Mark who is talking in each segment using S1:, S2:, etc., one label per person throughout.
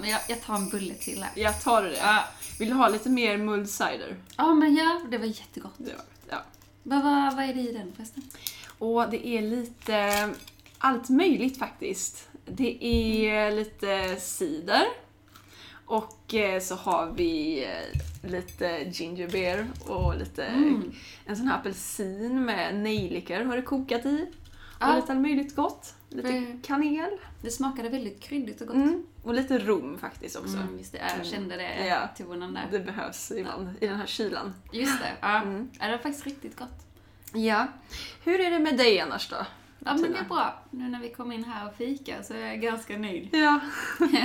S1: men jag, jag tar en bulle till här.
S2: Jag tar det.
S1: Ja,
S2: Vill du ha lite mer mulled cider?
S1: Ja, men ja, det var jättegott.
S2: Det var- Ja.
S1: Vad, vad, vad är det i den förresten?
S2: Och det är lite allt möjligt faktiskt. Det är lite cider. Och eh, så har vi eh, lite ginger beer och lite
S1: Mm.
S2: en sån här apelsin med nejlikor har det kokat i. Och
S1: Ja.
S2: lite allt möjligt gott. Lite
S1: Mm.
S2: kanel.
S1: Det smakade väldigt kryddigt och gott.
S2: Mm. Och lite rom faktiskt också.
S1: Mm, just det, jag kände det
S2: Ja.
S1: tonen där.
S2: Det behövs ibland i den här kylan.
S1: Just det, ja.
S2: Mm.
S1: ja. Det var faktiskt riktigt gott.
S2: Ja. Hur är det med dig annars då?
S1: Ja, men det
S2: Tina?
S1: är bra. Nu när vi kom in här och fika så är jag ganska nöjd.
S2: Ja,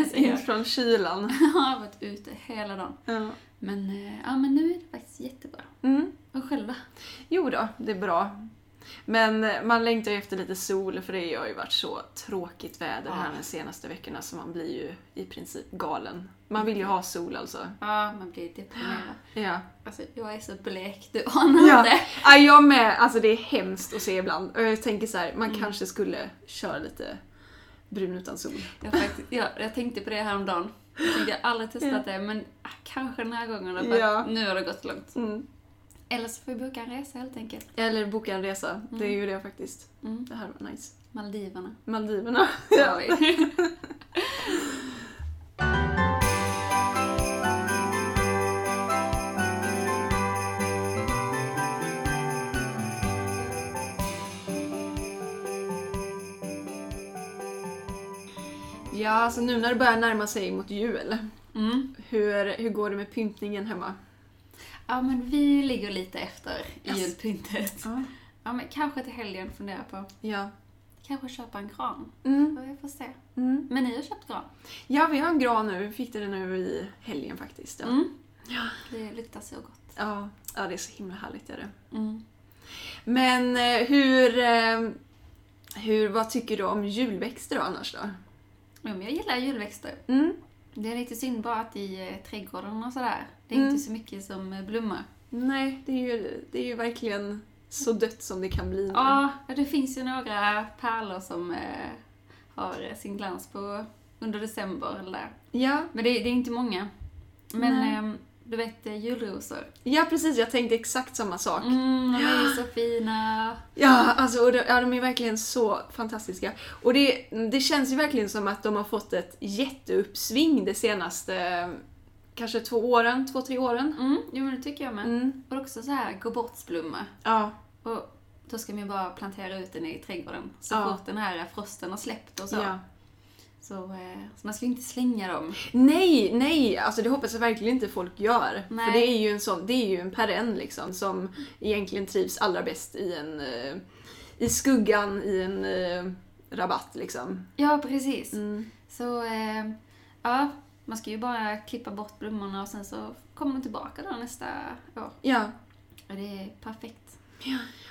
S1: Så
S2: in
S1: jag
S2: från kylan.
S1: har varit ute hela dagen.
S2: Ja.
S1: Men, eh, ja, men nu är det faktiskt jättebra.
S2: Mm.
S1: Och själva?
S2: Jo då, det är bra. Men eh, man längtar ju efter lite sol för det har ju varit så tråkigt väder här
S1: Ja.
S2: de senaste veckorna så man blir ju i princip galen. Man vill ju ha sol alltså.
S1: Ja, man blir deprimerad.
S2: Ja.
S1: Alltså, jag är så blek, du anar
S2: Ja.
S1: inte.
S2: Ja, jag med, alltså det är hemskt att se ibland. Och jag tänker så här, man kanske skulle köra lite brun utan sol.
S1: Jag, faktiskt, ja, jag tänkte på det häromdagen. Jag tänkte, jag har aldrig testat det, men ah, kanske den här gången då, för att
S2: Ja.
S1: nu har det gått långt.
S2: Mm.
S1: Eller så får vi boka en resa helt enkelt.
S2: Eller boka en resa, det är ju det faktiskt.
S1: Mm.
S2: Det här var nice.
S1: Maldiverna.
S2: Maldiverna.
S1: har
S2: Ja.
S1: vi.
S2: ja, alltså nu när det börjar närma sig mot jul,
S1: Mm.
S2: hur, hur går det med pyntningen hemma?
S1: Ja, men vi ligger lite efter i
S2: Yes.
S1: julpyntet. Ja, men kanske till helgen fundera på.
S2: Ja.
S1: Kanske köpa en gran.
S2: Mm,
S1: Ja, Jag får se.
S2: mm.
S1: Men ni har köpt gran?
S2: Ja, vi har en gran nu. Vi fick den nu i helgen faktiskt. Ja,
S1: Mm.
S2: Ja.
S1: Det luktar så gott.
S2: ja, ja det är så himla härligt. Är det.
S1: Mm.
S2: Men eh, hur, eh, hur... Vad tycker du om julväxter då annars då?
S1: Ja, men jag gillar julväxter.
S2: Mm.
S1: Det är lite synd bara att i eh, trädgården och sådär, det är
S2: Mm.
S1: inte så mycket som eh, blommar.
S2: Nej, det är, ju, det är ju verkligen så dött som det kan bli nu.
S1: Ja,
S2: Mm.
S1: det finns ju några pärlor som eh, har eh, sin glans på under december eller där.
S2: Ja,
S1: Men det, det är inte många. Men
S2: Nej.
S1: ehm, du vet eh, julrosor.
S2: ja, precis. Jag tänkte exakt samma sak.
S1: Mm, de är ju så fina.
S2: Ja, alltså, och de, ja, de är verkligen så fantastiska. Och det, det känns ju verkligen som att de har fått ett jätteuppsving de senaste eh, kanske två åren, två, tre åren.
S1: Mm, jo men det tycker jag med.
S2: Mm.
S1: Och också så här gå bort-blomma.
S2: Ja,
S1: Och då ska man ju bara plantera ut den i trädgården så
S2: Ja.
S1: fort den här frosten har släppt och så.
S2: ja.
S1: Så, eh, så man ska ju inte slänga dem.
S2: Nej, nej, alltså det hoppas jag verkligen inte folk gör.
S1: Nej.
S2: För det är ju en sån, det är ju en perenn liksom som egentligen trivs allra bäst i en, eh, i skuggan i en eh, rabatt liksom.
S1: Ja, precis.
S2: Mm.
S1: Så eh, ja, man ska ju bara klippa bort blommorna och sen så kommer de tillbaka då nästa år.
S2: Ja.
S1: Och det är perfekt.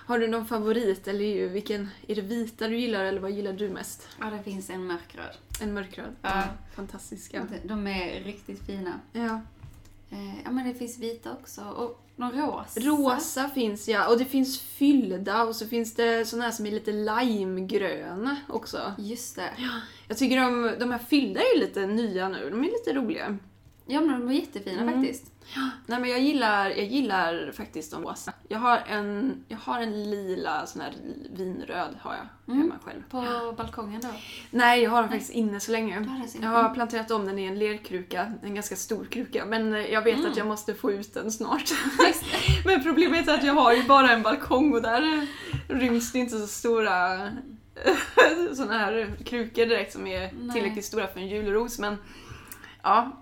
S2: Har du någon favorit eller är ju vilken, är det vita du gillar eller vad gillar du mest?
S1: Ja, det finns en mörkröd.
S2: En mörkröd?
S1: Ja.
S2: Fantastiska.
S1: De- De är riktigt fina.
S2: Ja.
S1: Eh, ja, men det finns vita också och någon rosa.
S2: Rosa finns ja, och det finns fyllda och så finns det såna här som är lite limegröna också.
S1: Just det.
S2: Ja, jag tycker de, de här fyllda är ju lite nya nu, de är lite roliga.
S1: Ja, men de är jättefina
S2: Mm.
S1: faktiskt.
S2: Nej men jag gillar, jag gillar faktiskt de rosa. Jag har en, jag har en lila sån här vinröd har jag
S1: Mm.
S2: hemma själv.
S1: På balkongen då.
S2: Nej, jag har den faktiskt inne så länge.
S1: Där är sin-
S2: Jag har planterat om den i en lerkruka, en ganska stor kruka, men eh, jag vet
S1: Mm.
S2: att jag måste få ut den snart.
S1: Just det.
S2: men problemet är att jag har ju bara en balkong och där eh, ryms det inte så stora sådana här krukor direkt som är
S1: Nej.
S2: tillräckligt stora för en julros. Men ja,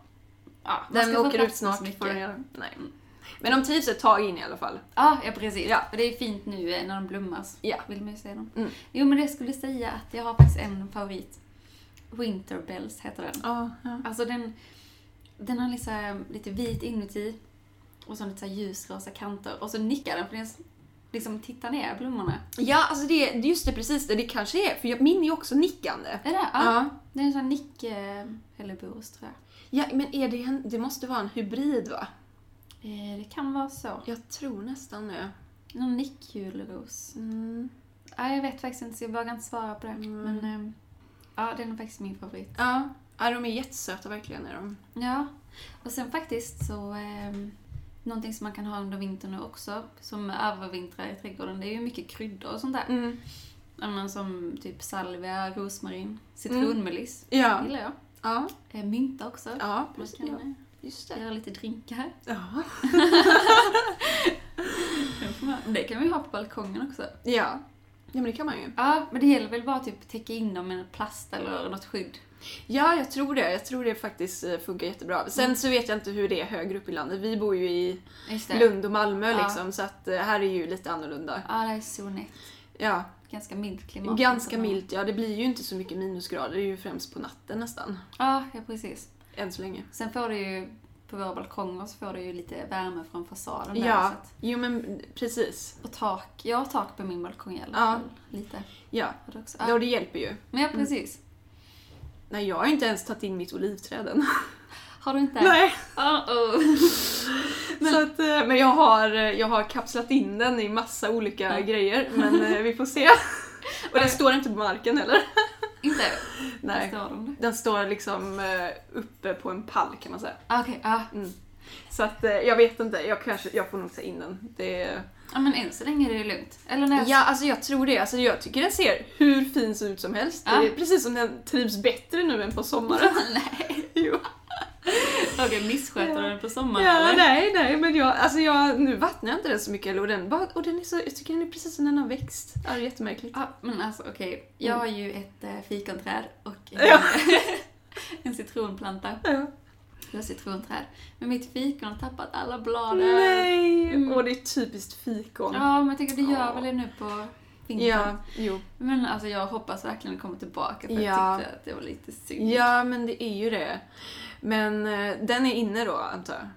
S1: Ja, man
S2: den
S1: ska få
S2: åker
S1: plats
S2: ut
S1: med
S2: snart.
S1: så mycket. Mm.
S2: Får den göra. Nej. Men de trivs ett tag in i alla fall.
S1: Ja, ja precis.
S2: Ja.
S1: Och det är fint nu eh, när de blommas.
S2: Ja.
S1: Vill man ju se dem.
S2: Mm.
S1: Jo, men jag skulle säga att jag har faktiskt en favorit. Winterbells heter den.
S2: Ja, ja.
S1: Alltså den, den har liksom lite vit inuti och så lite så här ljusrosa kanter. Och så nickar den för den s- liksom tittar ner blommorna.
S2: ja alltså det, just det, precis det. Det kanske är, för jag, min är ju också nickande.
S1: Är det? Ja.
S2: Ja.
S1: Det är en sån nick... eh, Eller bos, tror jag.
S2: ja, men är det en, det måste vara en hybrid va?
S1: Eh, Det kan vara så.
S2: Jag tror nästan det.
S1: Någon nickjulros.
S2: Mm.
S1: Ja, jag vet faktiskt inte så jag vågar inte svara på det.
S2: Mm.
S1: Men ehm, ja, den är faktiskt min favorit.
S2: Ja. Ja, de är jättesöta verkligen. Är de.
S1: Ja, och sen faktiskt så... Eh, någonting som man kan ha under vintern nu också, som övervintrar i trädgården, det är ju mycket kryddor och sånt där.
S2: Mm.
S1: Ja, men Som typ salvia, rosmarin, citronmeliss.
S2: Ja.
S1: gillar jag.
S2: Ja.
S1: Eh, mynta också.
S2: ja,
S1: Man
S2: precis.
S1: kan
S2: Ja.
S1: eh,
S2: Just det.
S1: göra lite drinkar.
S2: Ja.
S1: Det kan vi ha på balkongen också.
S2: ja. Ja, men det kan man ju.
S1: Ja, men det gäller väl bara att typ täcka in dem med en plast eller något skydd.
S2: Ja, jag tror det. Jag tror det faktiskt eh, funkar jättebra. Sen så vet jag inte hur det är högre upp i landet. Vi bor ju i
S1: Just det.
S2: Lund och Malmö
S1: Ja.
S2: liksom, så att eh, här är ju lite annorlunda.
S1: Ja, det här är solnätt.
S2: Ja,
S1: Ganska milt klimat. Liksom.
S2: ganska milt. Ja, det blir ju inte så mycket minusgrader. Det är ju främst på natten nästan.
S1: Ja, ja precis.
S2: Än så länge.
S1: Sen får du ju, på våra balkonger så får du ju lite värme från fasaden där.
S2: Ja,
S1: Så att,
S2: jo men precis.
S1: och tak. Jag har tak på min balkong i alla
S2: Ja.
S1: fall. Lite.
S2: Ja,
S1: Har du också?
S2: ja.
S1: Ja.
S2: det hjälper ju.
S1: Men ja, precis.
S2: Nej, jag har inte ens tagit in mitt olivträd än.
S1: Har du inte? oh.
S2: Nej.
S1: Uh-oh.
S2: Så att, eh, men jag har, eh, jag har kapslat in den i massa olika
S1: Ja.
S2: grejer, men eh, vi får se. Och den står inte på marken heller.
S1: inte?
S2: Nej.
S1: Förstår de det?
S2: Den står liksom eh, uppe på en pall kan man säga.
S1: Ah, Okej, ja.
S2: Så att eh, jag vet inte, jag, kanske, jag får nog ta in den. Det...
S1: Ja, men än så länge är det ju lugnt. Eller när jag
S2: Ja, alltså jag tror det. Alltså, jag tycker den ser hur fin så ut som helst.
S1: Ja.
S2: Det är precis som den trivs bättre nu än på sommaren. nej. Jo.
S1: Okej, missköter du den på sommaren
S2: Ja,
S1: eller?
S2: nej, nej, men jag, alltså jag, nu vattnar jag inte den så mycket heller och den, bara, och den är så, jag tycker den är precis som den har växt. Ja, det är jättemärkligt.
S1: Ja, men alltså okej. Jag har ju ett äh, fikonträd och en,
S2: Mm. Ja.
S1: en citronplanta.
S2: Ja.
S1: Jag har citronträd. Men mitt fikon har tappat alla bladen.
S2: Nej!
S1: Mm.
S2: Och det är typiskt fikon.
S1: Ja, men jag tänker det gör
S2: Ja.
S1: väl det nu på vintern.
S2: ja, jo.
S1: Men alltså jag hoppas verkligen det kommer tillbaka för
S2: Ja.
S1: jag tyckte att det var lite synd.
S2: Ja, men det är ju det. Men eh, den är inne då, antar jag?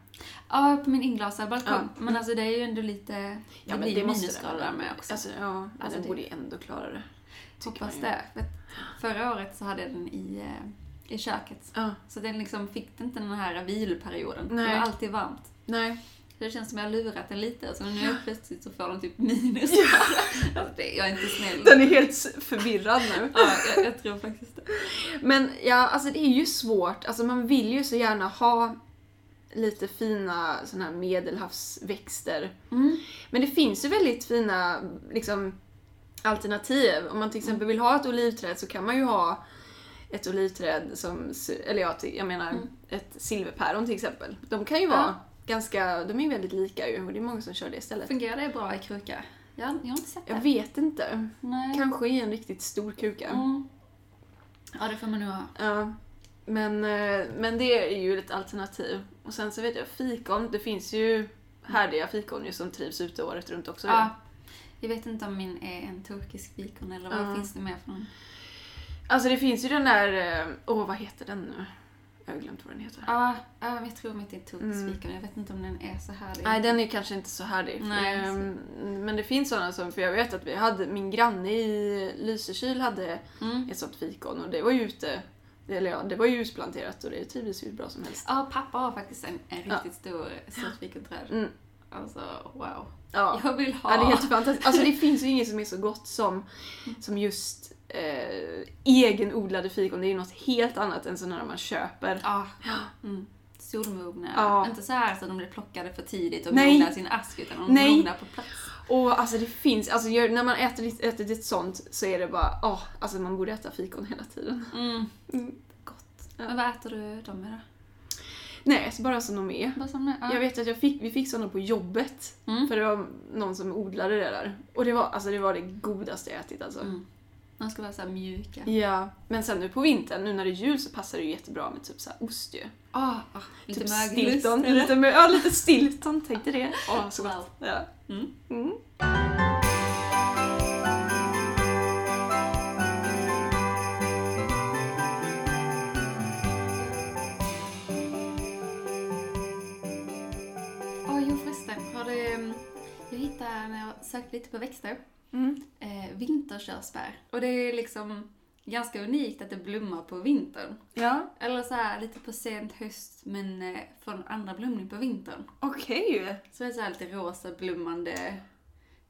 S1: Ja, på min inglasade balkong.
S2: Ja.
S1: Men alltså det är ju ändå lite... Det
S2: Ja, men
S1: blir
S2: det
S1: ju
S2: måste
S1: minusgrader
S2: det.
S1: där med också.
S2: Alltså, ja, men
S1: Alltså,
S2: den
S1: det-
S2: borde ju ändå klara det. tycker
S1: hoppas
S2: man ju.
S1: det. För att förra året så hade jag den i, eh, i köket.
S2: Ja,
S1: Så den liksom fick inte den här viloperioden. Det
S2: Nej.
S1: var alltid varmt.
S2: nej.
S1: Det känns som jag har lurat den lite och så nu plötsligt så får de typ minus. Alltså, det, jag är inte snäll.
S2: Den är helt s- förvirrad nu.
S1: Ja, jag, jag tror faktiskt det.
S2: Men ja, alltså det är ju svårt. Alltså man vill ju så gärna ha lite fina såna här medelhavsväxter.
S1: Mm.
S2: Men det finns ju väldigt fina liksom, alternativ. Om
S1: Mm.
S2: man till exempel vill ha ett olivträd så kan man ju ha ett olivträd som, ser- eller jag, jag menar
S1: Mm.
S2: ett silverpäron till exempel. De kan ju
S1: Ja.
S2: vara ganska, de är ju väldigt lika ju och det är många som kör det istället.
S1: Fungerar det bra i kruka? Jag, jag har inte sett
S2: Jag
S1: det.
S2: vet inte.
S1: Nej.
S2: Kanske i en riktigt stor kruka.
S1: Mm. Ja, det får man nog ha.
S2: Ja. Men, eh, men det är ju ett alternativ. Och sen så vet jag fikon, det finns ju härliga fikon ju som trivs ute året runt också. ju.
S1: Ja. Jag vet inte om min är en turkisk fikon eller vad
S2: Ja.
S1: finns det mer för någon?
S2: Alltså det finns ju den där, eh, åh vad heter den nu? Jag har glömt vad den heter.
S1: Ja, ja, men jag tror mitt är en turkisk
S2: Mm.
S1: fikon. Jag vet inte om den är så härlig.
S2: Nej den är ju kanske inte så härlig.
S1: Nej,
S2: Ehm,
S1: så-
S2: men det finns sådana som, för jag vet att vi hade, min granne i Lysekil hade
S1: Mm.
S2: ett sånt fikon och det var ju ute, eller ja, det var ju utplanterat och det trivdes ju hur bra som helst.
S1: Ja, pappa har faktiskt en, en
S2: Ja.
S1: riktigt stor stort fikonträd.
S2: Mm.
S1: Alltså, wow.
S2: Ja.
S1: Jag vill ha.
S2: Ja, det är helt fantastiskt. Alltså det finns ju inget som är så gott som, som just eh, egenodlade fikon. Det är ju något helt annat än sådana man köper.
S1: Ja. Mm. Solmogna.
S2: Ja.
S1: Inte så här så de blir plockade för tidigt och
S2: Nej.
S1: mognar i sin ask utan de
S2: Nej.
S1: mognar på plats.
S2: Och alltså det finns, alltså gör- när man äter, äter ett sånt så är det bara, åh, alltså man borde äta fikon hela tiden.
S1: Mm.
S2: Mm.
S1: Gott.
S2: Ja.
S1: Men vad äter du dem med
S2: Nej, alltså bara som de är.
S1: då? Bara som det? Ja.
S2: Jag vet att jag fick, vi fick sådana på jobbet,
S1: Mm.
S2: för det var någon som odlade det där. Och det var, alltså det, var det godaste jag ätit alltså.
S1: Mm. De ska vara så här mjuka.
S2: Ja, men sen nu på vintern, nu när det är jul så passar det ju jättebra med typ så här ost ju.
S1: Ah, ah, lite
S2: Typ
S1: mögelust.
S2: Stilton.
S1: eller?
S2: Lite, mö- ja, lite Stilton, tänkte det. Åh, så
S1: Wow.
S2: gott. Ja.
S1: Mm.
S2: Mm.
S1: Ja, Ah, jo förresten. Har du, ehm, jag hittade när jag sökte lite på växter,
S2: Mm.
S1: eh, vinterkörsbär. Och det är liksom ganska unikt att det blommar på vintern.
S2: Ja,
S1: Eller så här lite på sent höst men eh, får en andra blomning på vintern.
S2: okej.
S1: Så det är så här lite rosa blommande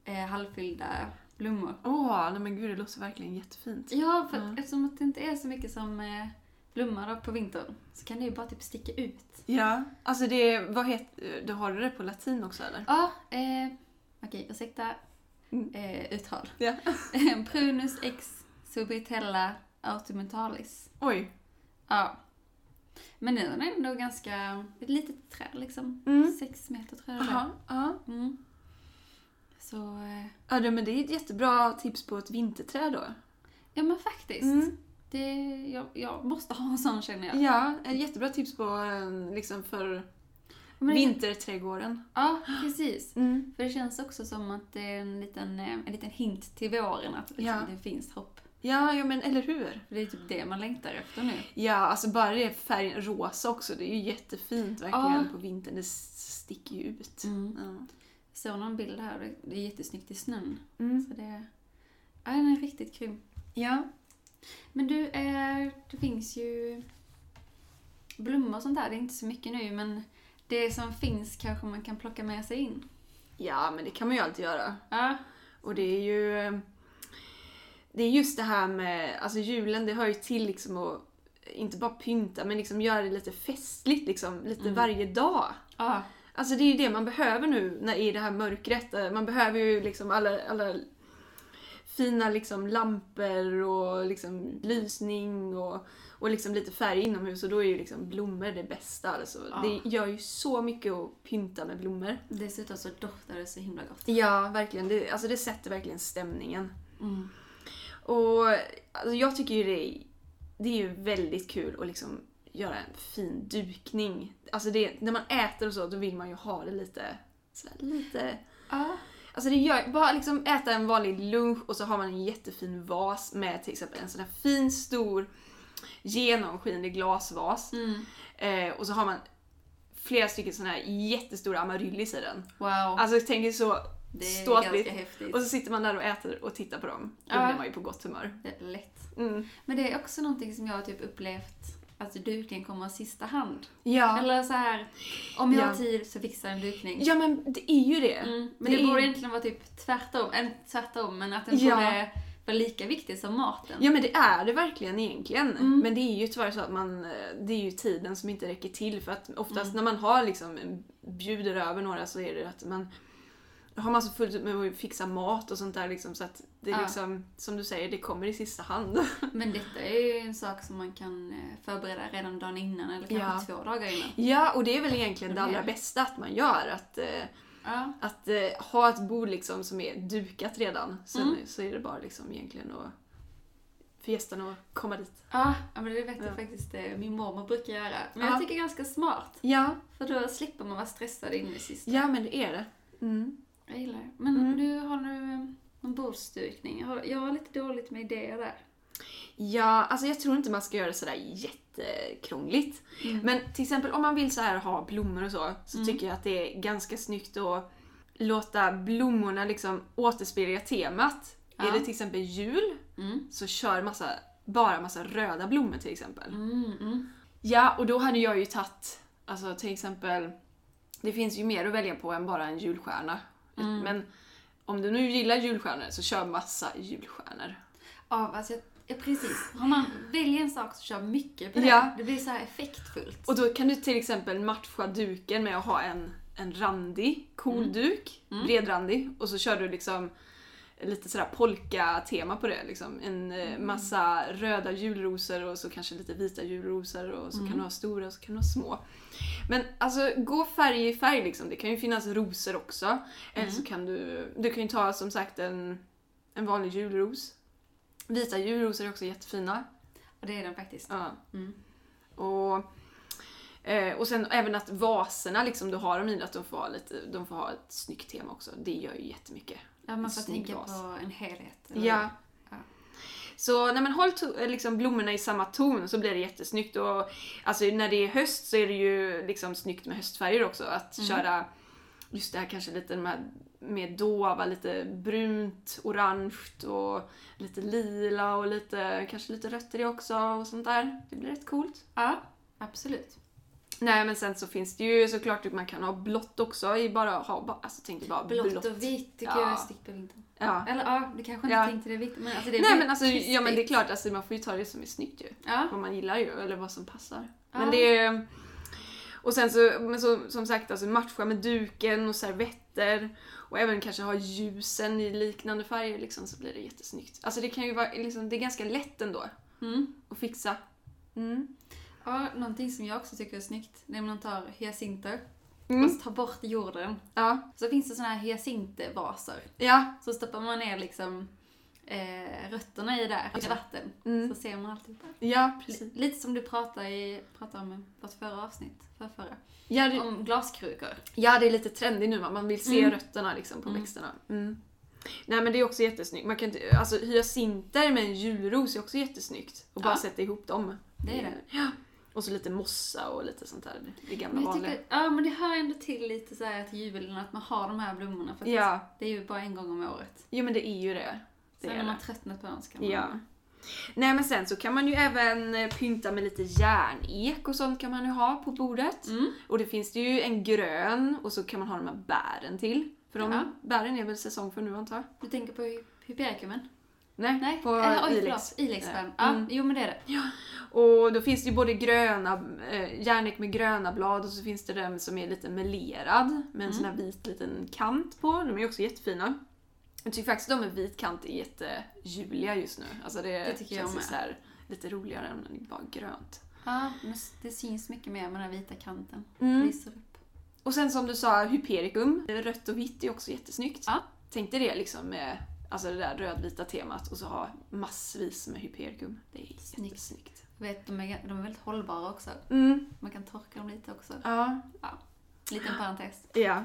S1: eh, halvfyllda blommor.
S2: Åh, nej men gud det låter verkligen jättefint.
S1: Ja, för att,
S2: Mm.
S1: eftersom att det inte är så mycket som eh, blomma då på vintern så kan det ju bara typ sticka ut.
S2: Ja. Alltså det, vad heter, du har du det på latin också eller?
S1: Ja, eh, okej ursäkta
S2: Mm.
S1: eh, uttal.
S2: Ja.
S1: Prunus ex subitella autumentalis.
S2: Oj.
S1: Ja. Men nu är den ändå ganska, ett litet träd liksom.
S2: Mm.
S1: Sex meter tror jag det är.
S2: Aha, ja.
S1: Mm. Så, eh,
S2: Ja, det- men det är ett jättebra tips på ett vinterträd då.
S1: ja men faktiskt.
S2: Mm.
S1: Det, jag, jag måste ha en sån känner jag.
S2: Ja, ett jättebra tips på eh, liksom för
S1: Men det-
S2: vinterträdgården.
S1: Ja, precis.
S2: Mm.
S1: För det känns också som att det är en liten, eh, en liten hint till våren att liksom
S2: Ja.
S1: det finns hopp.
S2: Ja, ja, men eller hur?
S1: För det är typ det man längtar efter nu.
S2: Ja, alltså bara det färgen rosa också, det är ju jättefint verkligen
S1: Ja.
S2: på vintern. Det s- sticker ju ut. Ja.
S1: Såg någon bild här, det- det är jättesnyggt i snön.
S2: Mm.
S1: Så det, ja, den är riktigt grym.
S2: ja.
S1: Men du, eh, det finns ju blommor och sånt där, det är inte så mycket nu men det som finns kanske man kan plocka med sig in.
S2: Ja, men det kan man ju alltid göra.
S1: Ja,
S2: Och det är ju... eh, Det är just det här med... Alltså julen, det hör ju till liksom att inte bara pynta, men liksom göra det lite festligt liksom, lite
S1: Mm.
S2: varje dag.
S1: ja,
S2: Alltså det är ju det man behöver nu när, i det här mörkret. Eh, Man behöver ju liksom alla, alla fina liksom lampor och liksom lysning och, och liksom lite färg inomhus och då är ju liksom blommor det bästa. Alltså.
S1: Ja.
S2: Det gör ju så mycket att pynta med blommor.
S1: dessutom så doftar det så himla gott.
S2: Ja, verkligen. Det, alltså det sätter verkligen stämningen.
S1: Mm.
S2: Och alltså jag tycker ju det är, det är ju väldigt kul att liksom göra en fin dukning. Alltså det, när man äter och så, då vill man ju ha det lite... Så här, lite
S1: Ja,
S2: Alltså det gör, bara liksom äta en vanlig lunch och så har man en jättefin vas med till exempel en sån här fin stor genomskinlig glasvas.
S1: mm.
S2: Eh, och så har man flera stycken såna här jättestora amaryllis i den.
S1: wow.
S2: Alltså tänk er så
S1: Det är
S2: ståtligt.
S1: ganska häftigt.
S2: Och så sitter man där och äter och tittar på dem. Då
S1: Ja.
S2: blir man ju på gott humör.
S1: Det är lätt.
S2: Mm.
S1: Men det är också någonting som jag har typ upplevt att dukningen kommer i sista hand.
S2: Ja.
S1: Eller så här, om jag
S2: Ja.
S1: har tid så fixar jag en dukning.
S2: ja men det är ju det.
S1: Mm. Men det,
S2: Det är-
S1: borde egentligen vara typ tvärtom, en, tvärtom men att den
S2: Ja.
S1: borde vara lika viktig som maten.
S2: Ja men det är det verkligen egentligen.
S1: Mm.
S2: Men det är ju tyvärr så att man, eh, det är ju tiden som inte räcker till för att oftast när man har liksom, bjuder över några så är det att man då har man så fullt upp med att fixa mat och sånt där liksom så att det är
S1: Ja.
S2: liksom, som du säger, det kommer i sista hand.
S1: Men detta är ju en sak som man kan eh, förbereda redan dagen innan eller kanske två dagar innan.
S2: Ja, och det är väl egentligen det
S1: Mm.
S2: allra bästa att man gör. Att, eh,
S1: Ja.
S2: att eh, ha ett bord liksom som är dukat redan. Sen
S1: Mm.
S2: så är det bara liksom egentligen att för gästerna att komma dit.
S1: ja, men det vet jag
S2: Ja.
S1: faktiskt eh, min mormor brukar göra. Men
S2: Ja.
S1: jag tycker det är ganska smart.
S2: Ja,
S1: För då slipper man vara stressad in i sista.
S2: ja men det är det. Mm.
S1: Jag gillar det. Men
S2: Mm.
S1: du har nu eh, en bordsdukning. Jag har, jag har lite dåligt med idéer där.
S2: Ja, alltså jag tror inte man ska göra det sådär jättekrångligt. Men till exempel om man vill så här ha blommor och så, så
S1: Mm.
S2: tycker jag att det är ganska snyggt att låta blommorna liksom återspegla temat.
S1: Ja.
S2: Är det till exempel jul,
S1: Mm.
S2: så kör massa, bara massa röda blommor till exempel.
S1: Mm, mm.
S2: Ja, och då hade jag ju tagit, alltså till exempel, det finns ju mer att välja på än bara en julstjärna.
S1: Mm.
S2: Men om du nu gillar julstjärnor så kör massa julstjärnor.
S1: Ja, alltså, jag- ja, precis. Har man väljer en sak så kör mycket på det.
S2: Ja.
S1: Det blir så här effektfullt.
S2: Och då kan du till exempel matcha duken med att ha en, en randig, cool
S1: Mm.
S2: duk,
S1: Mm.
S2: bredrandig. Och så kör du liksom lite sådär polka-tema på det. Liksom. En eh,
S1: Mm.
S2: massa röda julrosor och så kanske lite vita julrosor och så
S1: Mm.
S2: kan du ha stora och så kan du ha små. Men alltså gå färg i färg liksom. Det kan ju finnas rosor också.
S1: Mm.
S2: Eller så kan du, du kan ju ta som sagt en, en vanlig julros. Vita julrosor är också jättefina.
S1: Och det är den faktiskt.
S2: Ja.
S1: Mm.
S2: Och, eh, och sen även att vaserna liksom, du har dem i, att de får, ha lite, de får ha ett snyggt tema också. Det gör ju jättemycket.
S1: Ja, man får
S2: Snygg
S1: tänka
S2: vas.
S1: på en helhet. eller?
S2: Ja.
S1: Ja.
S2: Så när man håller to- eh, liksom blommorna i samma ton så blir det jättesnyggt. Och, alltså, när det är höst så är det ju liksom snyggt med höstfärger också. Att
S1: Mm.
S2: köra just det här kanske lite de här mer dova, lite brunt, orange och lite lila och lite, kanske lite rött i det också och sånt där. Det blir rätt coolt.
S1: ja, absolut.
S2: Nej men sen så finns det ju såklart att man kan ha blått också i bara, ha, bara alltså tänk dig bara blått.
S1: Blått och vitt tycker
S2: Ja.
S1: jag är snyggt på vintern.
S2: Ja.
S1: Eller ja, du kanske inte
S2: Ja.
S1: tänkte det vitt. Men alltså det blir
S2: Nej men alltså, ja men det är
S1: krispigt.
S2: klart, alltså, man får ju ta det som är snyggt ju.
S1: Ja.
S2: Vad man gillar ju, eller vad som passar. Men
S1: Ja.
S2: det är... Och sen så, men så, som sagt, alltså matcha med duken och servetter. Och även kanske ha ljusen i liknande färger liksom, så blir det jättesnyggt. Alltså det kan ju vara, liksom, det är ganska lätt ändå
S1: Mm.
S2: att fixa. Mm.
S1: ja, någonting som jag också tycker är snyggt, det är om man tar hyacinter och
S2: Mm.
S1: så tar bort jorden.
S2: Ja.
S1: Så finns det såna här hyacintervaser.
S2: Ja.
S1: Så stoppar man ner liksom eh, rötterna i där, i vatten.
S2: Mm.
S1: Så ser man alltihopa.
S2: Ja,
S1: L-
S2: precis.
S1: lite som du pratade, i, pratade om i vårt förra avsnitt, förra, förra.
S2: Ja det,
S1: Om glaskrukor.
S2: ja, det är lite trendigt nu va? Man vill se
S1: Mm.
S2: rötterna liksom på
S1: Mm.
S2: växterna. Mm. Nej men det är också jättesnyggt. Man kan inte, alltså hyacinter med en julros är också jättesnyggt. Och bara
S1: Ja.
S2: sätta ihop dem.
S1: Det är det.
S2: Ja. Och så lite mossa och lite sånt där. det- Det gamla
S1: Men jag
S2: vanliga.
S1: tycker, ja men det hör ändå till lite så här att julen, att man har de här blommorna. För att
S2: Ja,
S1: det är ju bara en gång om året.
S2: jo men det är ju det. det,
S1: Sen
S2: är
S1: när man
S2: det.
S1: tröttnat på dem så kan man...
S2: Ja. Nej men sen så kan man ju även eh, pynta med lite järnek och sånt kan man ju ha på bordet.
S1: Mm.
S2: Och det finns det ju en grön och så kan man ha de här bären till. För de
S1: Ja.
S2: bären är väl säsong för nu antar jag?
S1: Du tänker på hy- hyperikumen?
S2: Nej,
S1: Nej?
S2: på
S1: Eller, oj,
S2: Ilex.
S1: förlåt, Ilexbären. Ja,
S2: Mm.
S1: jo men det är det.
S2: Och då finns det ju både gröna, eh, järnek med gröna blad och så finns det den som är lite melerad med
S1: Mm.
S2: en sån här vit liten kant på. De är också jättefina. Jag tycker faktiskt de med vit kant är jättejuliga just nu. Alltså det,
S1: Det tycker jag
S2: känns ju
S1: med.
S2: så här lite roligare än när det bara är grönt.
S1: Ja, men s- det syns mycket mer med den här vita kanten.
S2: Mm.
S1: Lyser upp.
S2: Och sen som du sa, hypericum. Rött och vitt är också jättesnyggt.
S1: Ja.
S2: Tänk dig det liksom med alltså det där rödvita temat och så ha massvis med hypericum. Det är
S1: Snyggt.
S2: jättesnyggt.
S1: Jag Vet, de, är, de är väldigt hållbara också.
S2: Mm,
S1: Man kan torka dem lite också.
S2: ja.
S1: Liten parentes.
S2: Ja.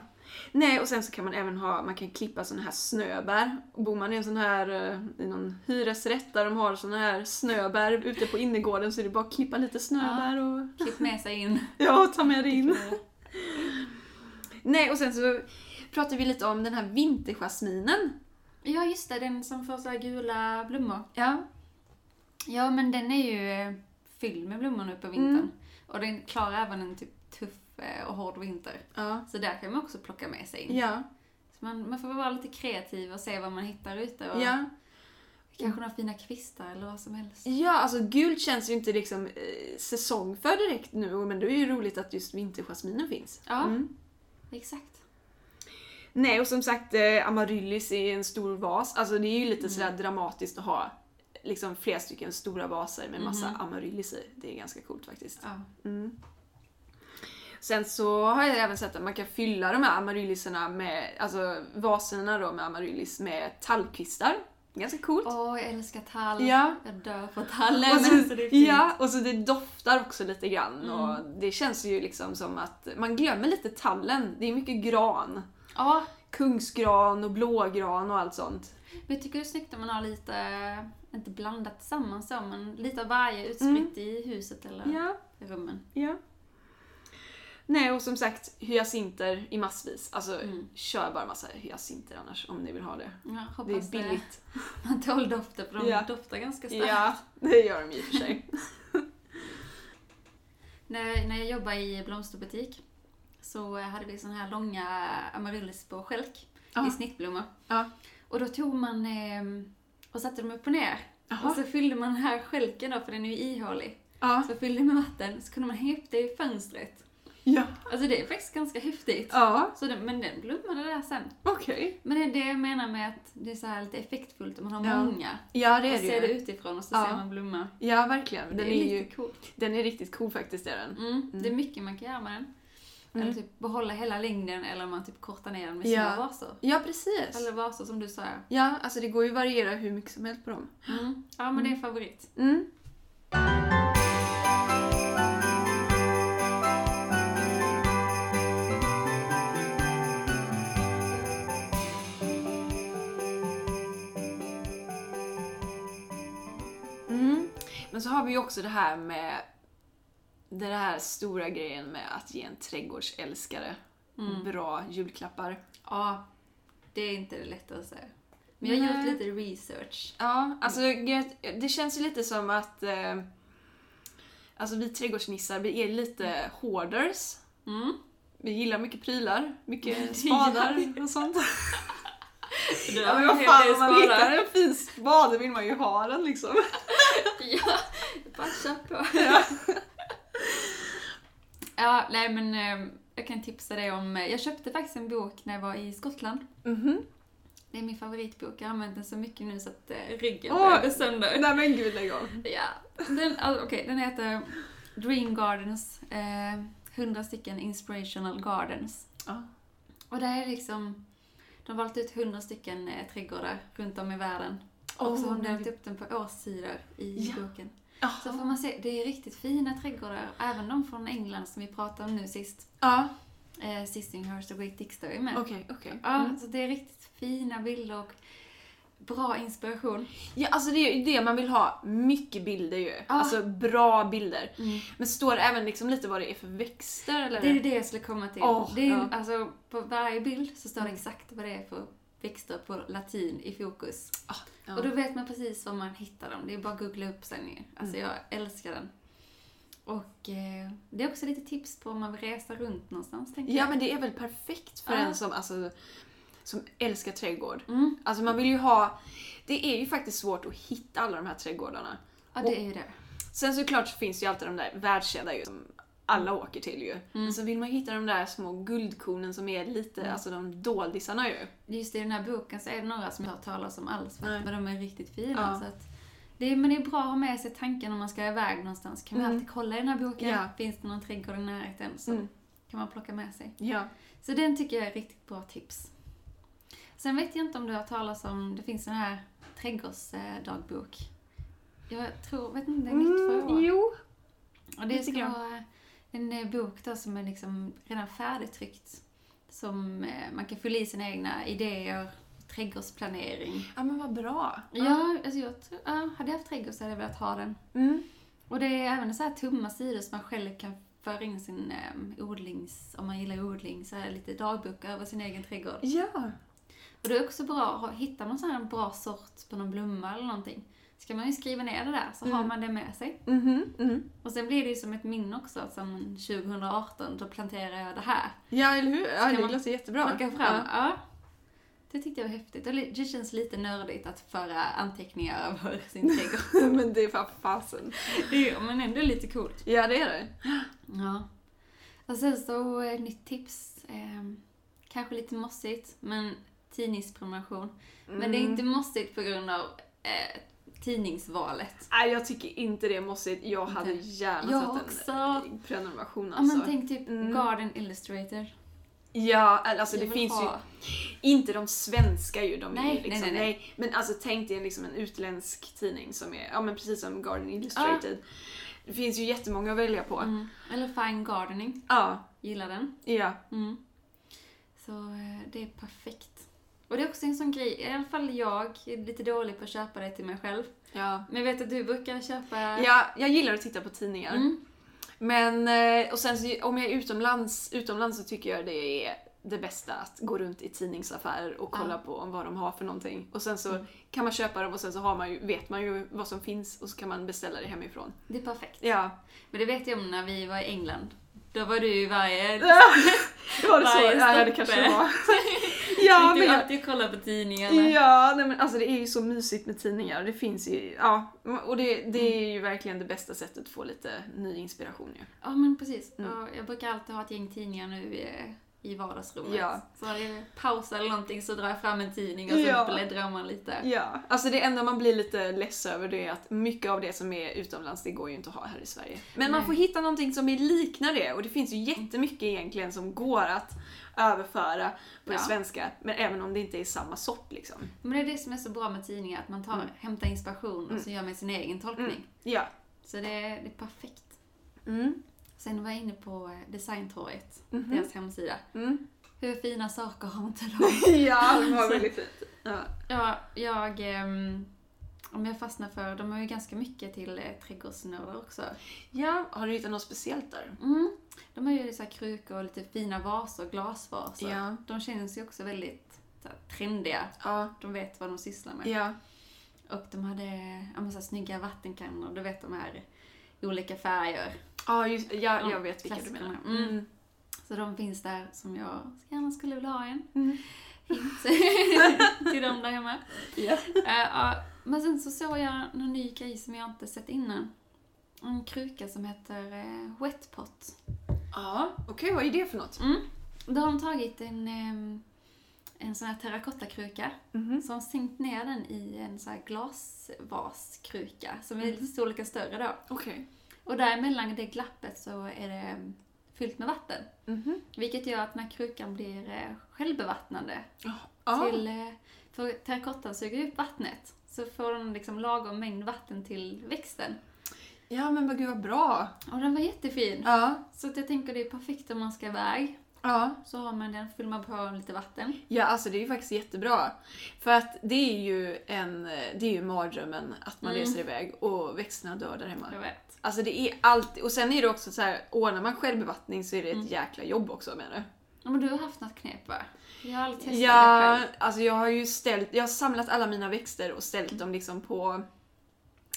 S2: Nej, och sen så kan man även ha, man kan klippa såna här snöbär. Bor man i en sån här, eh, i någon hyresrätt där de har såna här snöbär ute på innergården så är det bara att klippa lite snöbär och
S1: Klipp med sig in.
S2: ja, ta med det in. Nej, och sen så pratar vi lite om den här vinterjasminen.
S1: Ja, just det. Den som får så här gula blommor.
S2: Ja.
S1: Ja, men den är ju eh, fylld med blommor nu på vintern.
S2: Mm.
S1: Och den klarar även en typ tuff eh, och hård vinter.
S2: Ja.
S1: Så där kan man också plocka med sig in.
S2: Ja.
S1: Så man, man får vara lite kreativ och se vad man hittar ute. Och
S2: Ja.
S1: Kanske några fina kvistar eller vad som helst.
S2: Ja, alltså gult känns ju inte liksom eh, säsong för direkt nu, men det är ju roligt att just vinterjasminen finns.
S1: Ja.
S2: Mm.
S1: Exakt.
S2: Nej, och som sagt, eh, amaryllis är en stor vas. Alltså det är ju lite
S1: Mm.
S2: sådär dramatiskt att ha liksom flera stycken stora vaser med massa amaryllis i. Det är ganska coolt faktiskt.
S1: Mm. Ja.
S2: Mm. Sen så har jag även sett att man kan fylla de här amarylliserna med, alltså vaserna då med amaryllis med tallkvistar. Ganska coolt.
S1: Åh, jag älskar tall.
S2: Ja.
S1: Jag dör för tallen.
S2: och, så,
S1: Alltså, det är fint. Mm.
S2: ja, och så det doftar också lite grann och det känns ju liksom som att man glömmer lite tallen. Det är mycket gran.
S1: ja.
S2: Kungsgran och blågran och allt sånt.
S1: Men jag tycker det är snyggt om man har lite, inte blandat tillsammans så, men lite av varje utspritt i huset eller
S2: Mm. Ja,
S1: i rummen.
S2: ja. Nej, och som sagt, hyacinter i massvis. Alltså,
S1: Mm.
S2: kör bara massa hyacinter annars om ni vill ha det.
S1: Jag
S2: Det
S1: hoppas
S2: är billigt.
S1: man tål dofter, för de
S2: Ja.
S1: doftar ganska starkt.
S2: Ja, det gör de i och för sig.
S1: När, när jag jobbade i blomsterbutik så eh, hade vi såna här långa amaryllis på stjälk
S2: Ja.
S1: i snittblommor.
S2: Ja.
S1: Och då tog man eh, och satte dem upp och ner.
S2: Jaha.
S1: Och så fyllde man den här stjälken då, för den är ju ihålig.
S2: Ja.
S1: Så fyllde med vatten, så kunde man hänga upp det i fönstret.
S2: Ja.
S1: Alltså det är faktiskt ganska häftigt.
S2: Ja,
S1: Så den, men den blommade där sen.
S2: okej.
S1: Men det är det jag menar med att det är så här lite effektfullt om man har
S2: Ja,
S1: många.
S2: Ja, det
S1: Och
S2: är det
S1: ser det
S2: ju.
S1: utifrån och så
S2: Ja.
S1: ser man blomma.
S2: Ja, verkligen.
S1: det
S2: Den
S1: är,
S2: är ju
S1: lite coolt.
S2: den är riktigt cool faktiskt, är den.
S1: Mm, Det är mycket man kan göra med den.
S2: Mm.
S1: Eller typ behålla hela längden eller om man typ kortar ner den med
S2: Ja.
S1: små vaser.
S2: Ja, precis.
S1: Eller vaser som du sa. ja.
S2: Ja, alltså det går ju att variera hur mycket som helst på dem.
S1: Mm. Ja men det är favorit.
S2: Mm. Mm. Men så har vi ju också det här med den här stora grejen med att ge en trädgårdsälskare
S1: Mm.
S2: bra julklappar.
S1: Ja, det är inte det lätta att säga. Men jag har
S2: Nej.
S1: gjort lite research.
S2: Ja, alltså det känns ju lite som att eh, Alltså vi trädgårdsnissar, vi är lite hoarders.
S1: Mm.
S2: Vi gillar mycket prylar, mycket
S1: Det gör
S2: spadar och sånt.
S1: Du
S2: Ja,
S1: har
S2: men
S1: en
S2: vad
S1: hel
S2: fan,
S1: del
S2: om man
S1: spadar.
S2: hittar en fin spade vill man ju ha den liksom.
S1: Ja, bara kör på.
S2: Ja.
S1: Ja, nej men eh, jag kan tipsa dig om... eh, Jag köpte faktiskt en bok när jag var i Skottland.
S2: Mhm.
S1: Det är min favoritbok, jag har använt den så mycket nu så att eh, ryggen
S2: Åh.
S1: börjar gå sönder.
S2: Nej men gud, lägg av.
S1: Ja. Den, alltså, okej, den heter Dream Gardens. Eh, 100 stycken inspirational gardens.
S2: Ja.
S1: Och det här är liksom... De har valt ut 100 stycken eh, trädgårdar runt om i världen. och så har de delat upp den på årssidor i
S2: Ja.
S1: boken.
S2: Ja.
S1: typ- Så får man se, det är riktigt fina trädgårdar. Även de från England som vi pratade om nu sist.
S2: Ja,
S1: Eh, Sissinghurst och Great Dixter är med.
S2: okej, okej.
S1: Ja,
S2: Mm.
S1: så det är riktigt fina bilder och bra inspiration.
S2: Ja, alltså det är ju det man vill ha. Mycket bilder ju. Alltså bra bilder. Men står det även liksom lite vad det är för växter eller?
S1: Det är det jag skulle komma till.
S2: Åh,
S1: det är,
S2: ja. Mm.
S1: alltså, på varje bild så står det exakt vad det är för växter på latin i fokus.
S2: Ah, ja.
S1: Och då vet man precis var man hittar dem. Det är bara att googla upp sen ju. Alltså
S2: Mm.
S1: jag älskar den. Och eh, det är också lite tips på om man vill resa runt någonstans tänker
S2: Ja men det är väl perfekt för
S1: Ja.
S2: en som, alltså, som älskar trädgård.
S1: jag. Mm.
S2: Alltså man vill ju ha... Det är ju faktiskt svårt att hitta alla de här trädgårdarna.
S1: Ja, det är ju det.
S2: Sen såklart så finns ju alltid de där världskända ju, som alla
S1: Mm.
S2: åker till ju. Men så vill man ju hitta de där små guldkornen som är lite,
S1: Mm.
S2: alltså de doldisarna ju.
S1: Just i den här boken så är det några som jag har hört talas om alls,
S2: Nej.
S1: men de är riktigt fina.
S2: Ja.
S1: Så att det är, men det är bra att ha med sig tanken om man ska iväg någonstans. Kan man
S2: Mm.
S1: alltid kolla i den här boken?
S2: Ja.
S1: Finns det någon trädgård i närheten så
S2: Mm.
S1: kan man plocka med sig.
S2: Ja.
S1: Så den tycker jag är riktigt bra tips. Sen vet jag inte om du har hört talas om, det finns en här trädgårdsdagbok. Jag tror, vet inte, det är nytt för i år.
S2: jo.
S1: Och
S2: Mm, det
S1: det
S2: tycker
S1: ska
S2: jag.
S1: vara en eh, bok då som är liksom redan färdigtryckt. Som eh, man kan fylla i sina egna idéer, trädgårdsplanering.
S2: Ja men vad bra.
S1: Ja, alltså jag tror, ja, hade jag haft trädgård så hade jag velat ha den.
S2: Mm.
S1: Och det är även så här tumma sidor som man själv kan föra in sin eh, odlings, om man gillar odling, så här lite dagbok över sin egen trädgård.
S2: Ja.
S1: Och det är också bra, att ha- hittar man så här en bra sort på någon blomma eller någonting, ska man ju skriva ner det där så har
S2: Mm.
S1: man det med sig.
S2: Mhm. mhm.
S1: Och sen blir det ju som ett minne också, att som 2018 då planterar jag det här.
S2: Ja eller hur? Ja
S1: Ska
S2: det
S1: man
S2: låter jättebra.
S1: Plocka fram, ja. Det tyckte jag var häftigt. Och det känns lite nördigt att föra anteckningar över sin trädgård.
S2: Ja. men det är fan fasen.
S1: Det är ju- Men ändå lite coolt.
S2: Ja det är det.
S1: Ja. Och sen så, eh, nytt tips. ehm, kanske lite mossigt, men tidningsprenumeration. Men det är
S2: Mm.
S1: inte mossigt på grund av eh, tidningsvalet.
S2: Nej jag tycker inte det är mossigt. Jag hade
S1: Inte.
S2: gärna
S1: Jag
S2: sett en
S1: också.
S2: prenumeration
S1: Ja men
S2: alltså.
S1: tänk typ
S2: Mm.
S1: Garden Illustrator.
S2: Ja, eller alltså
S1: Jag
S2: det
S1: vill
S2: finns ju
S1: ha-
S2: Inte de svenska ju, de är
S1: Nej,
S2: ju liksom,
S1: nej, nej, nej.
S2: Men alltså tänk dig liksom en utländsk tidning som är, ja men precis som Garden Illustrated. Det finns ju jättemånga att välja på.
S1: Mm. Eller Fine Gardening.
S2: Ja,
S1: Gillar den.
S2: ja.
S1: Mm. Så eh, det är perfekt. Och det är också en sån grej, i alla fall jag, är lite dålig på att köpa det till mig själv.
S2: ja.
S1: Men jag vet att du brukar köpa...
S2: Ja, jag gillar att titta på tidningar.
S1: Mm.
S2: Men, eh, och sen så, om jag är utomlands, utomlands så tycker jag det är det bästa att gå runt i tidningsaffärer och kolla på om vad de har för någonting. Och sen så kan man köpa dem och sen så har man ju, vet man ju vad som finns och så kan man beställa det hemifrån.
S1: Det är perfekt.
S2: Ja.
S1: Men det vet jag om när vi var i England. Då var du i varje...
S2: Det var det så?
S1: Varje
S2: Ja, det
S1: stoppe.
S2: kanske det var. ja,
S1: du
S2: men jag,
S1: alltid kolla på tidningarna.
S2: Ja, nej men alltså det är ju så mysigt med tidningar. Det finns ju, ja. Och det, det är ju verkligen det bästa sättet att få lite ny inspiration ju.
S1: Ja men precis.
S2: Mm.
S1: Ja, Jag brukar alltid ha ett gäng tidningar nu i, i vardagsrummet.
S2: Ja.
S1: Så är det paus eller någonting så drar jag fram en tidning och så
S2: Ja.
S1: bläddrar man lite.
S2: Ja. Alltså det enda man blir lite less över det är att mycket av det som är utomlands, det går ju inte att ha här i Sverige. Men man
S1: Nej.
S2: får hitta någonting som är liknar det och det finns ju jättemycket egentligen som går att överföra på det
S1: Ja.
S2: svenska. Men även om det inte är samma sort liksom.
S1: Men det är det som är så bra med tidningar, att man tar,
S2: Mm.
S1: hämtar inspiration och så gör man sin egen tolkning.
S2: Mm. Ja.
S1: Så det, är- det är perfekt.
S2: Mm.
S1: Sen var jag inne på eh, Designtorget,
S2: Mhm.
S1: deras hemsida.
S2: Mm.
S1: Hur fina saker har inte de?
S2: Ja, det var väldigt fint. Ja.
S1: ja, jag... ehm, Om jag fastnar för, de har ju ganska mycket till eh, trädgårdsnördar också.
S2: Ja, har du hittat något speciellt där?
S1: Mm. De har ju så här krukor och lite fina vaser, glasvaser.
S2: Ja.
S1: De känns ju också väldigt så här, trendiga.
S2: Ja.
S1: De vet vad de sysslar med.
S2: Ja.
S1: Och de hade ja, men så här, snygga vattenkannor, du vet de här i olika färger.
S2: Ja, just, ja,
S1: Ja,
S2: jag vet vilka du menar.
S1: klassikerna. Mm.
S2: Mm.
S1: Så de finns där som jag gärna skulle vilja ha en
S2: Mm.
S1: hint till dem där hemma.
S2: Ja.
S1: Eh, ja, men sen så såg jag någon ny grej som jag inte sett innan. En kruka som heter eh, Wetpot.
S2: Ja, okej vad är det för något?
S1: Då har de tagit en, ehm, en sån här terrakottakruka
S2: Mhm.
S1: så har de sänkt ner den i en sån här glasvaskruka som
S2: Mm.
S1: är lite storleken större då.
S2: Okej.
S1: Och däremellan det glappet så är det ehm, fyllt med vatten.
S2: Mhm.
S1: Vilket gör att den här krukan blir eh, självbevattnande.
S2: Ja.
S1: Till, eh, för terrakottan suger upp vattnet. Så får den liksom lagom mängd vatten till växten.
S2: ja, men vad gud vad bra.
S1: Och den var jättefin.
S2: Ja.
S1: Så att jag tänker det är perfekt om man ska iväg.
S2: Ja.
S1: Så har man den, fyller man på lite vatten.
S2: Ja, alltså det är ju faktiskt jättebra. För att det är ju, en, det är ju mardrömmen att man
S1: Mm.
S2: reser iväg och växterna dör där hemma.
S1: Jag vet.
S2: Alltså det är alltid, och sen är det också så här, ordnar man självbevattning så är det ett
S1: Mm.
S2: jäkla jobb också menar du?
S1: Ja, men du har haft något knep va? Jag har aldrig testat det
S2: Ja,
S1: själv.
S2: alltså jag har ju ställt, jag har samlat alla mina växter och
S1: Mm.
S2: ställt dem liksom på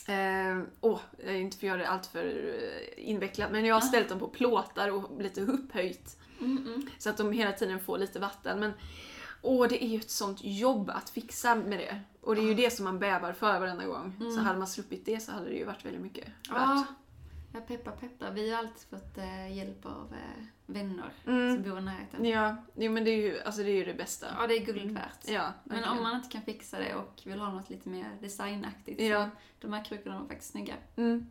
S2: Eh, åh, jag är inte för att göra det alltför eh, invecklat, men jag har
S1: Ja.
S2: ställt dem på plåtar och lite upphöjt.
S1: Mm, mm.
S2: Så att de hela tiden får lite vatten. Men åh, det är ju ett sånt jobb att fixa med det. Och det är ju det som man bävar för varenda gång. Så hade man sluppit det så hade det ju varit väldigt mycket
S1: Ja.
S2: värt.
S1: Ja, peppar peppar. Vi har alltid fått eh, hjälp av eh, vänner
S2: Mm.
S1: som bor i närheten.
S2: Ja, jo, men det är ju, alltså, det, är ju det bästa.
S1: Ja, det är guld värt.
S2: Ja,
S1: Men
S2: verkligen.
S1: om man inte kan fixa det och vill ha något lite mer designaktigt
S2: Ja.
S1: så de här krukorna var faktiskt snygga.
S2: Mm.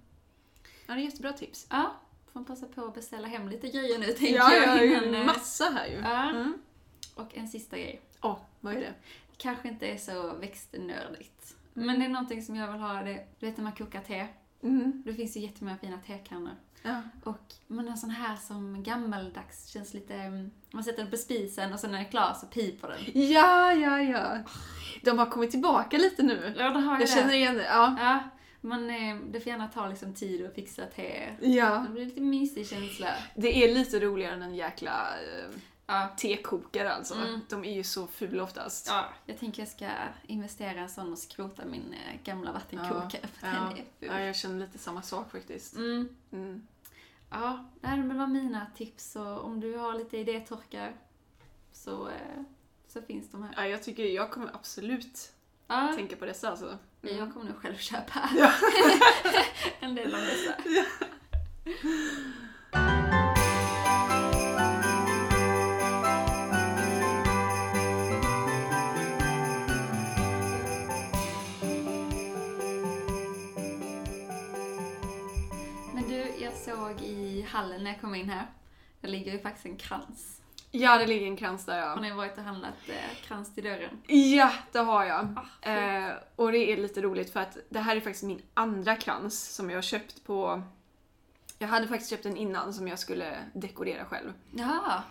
S2: Ja, det är jättebra tips.
S1: Ja, får man passa på att beställa hem lite grejer nu tänker
S2: Ja, jag har
S1: jag.
S2: ju
S1: eh,
S2: massa här ju.
S1: ja.
S2: Mm.
S1: Och en sista grej.
S2: Åh, vad är det?
S1: Kanske inte är så växtnördigt. Men det är någonting som jag vill ha. Det, du vet när man kokar te.
S2: Mm.
S1: Det finns ju jättemånga fina tekannor.
S2: Ja.
S1: Och men en sån här som gammaldags känns lite... mm, Man sätter den på spisen och sen när den är klar så piper den.
S2: ja, ja, ja. De har kommit tillbaka lite nu.
S1: Ja, det har jag,
S2: Jag känner
S1: det.
S2: igen det. Ja.
S1: Ja, men eh, det får gärna ta liksom tid att fixa te.
S2: ja.
S1: Det blir lite mysig känsla.
S2: Det är lite roligare än en jäkla eh,
S1: Ja.
S2: tekokare alltså.
S1: Mm.
S2: De är ju så fula oftast.
S1: ja. Jag tänker jag ska investera i en sån och skrota min eh, gamla vattenkokare för
S2: Ja,
S1: den är
S2: Ja,
S1: ful.
S2: jag känner lite samma sak faktiskt.
S1: Mm.
S2: Mm.
S1: Ja, det här var mina tips och om du har lite idétorkar så, eh, så finns de här.
S2: Ja, jag tycker jag kommer absolut
S1: Ja,
S2: tänka på dessa alltså. Mm.
S1: jag kommer nog själv köpa
S2: Ja.
S1: en del av dessa. Men du, jag såg i hallen när jag kom in här, där ligger ju faktiskt en krans.
S2: Ja, det ligger en krans där
S1: Har
S2: ja.
S1: ni varit och handlat eh, krans till dörren?
S2: Ja, det har jag.
S1: Ah, fint.
S2: Eh, och det är lite roligt för att det här är faktiskt min andra krans som jag har köpt på... Jag hade faktiskt köpt en innan som jag skulle dekorera själv.
S1: Ja,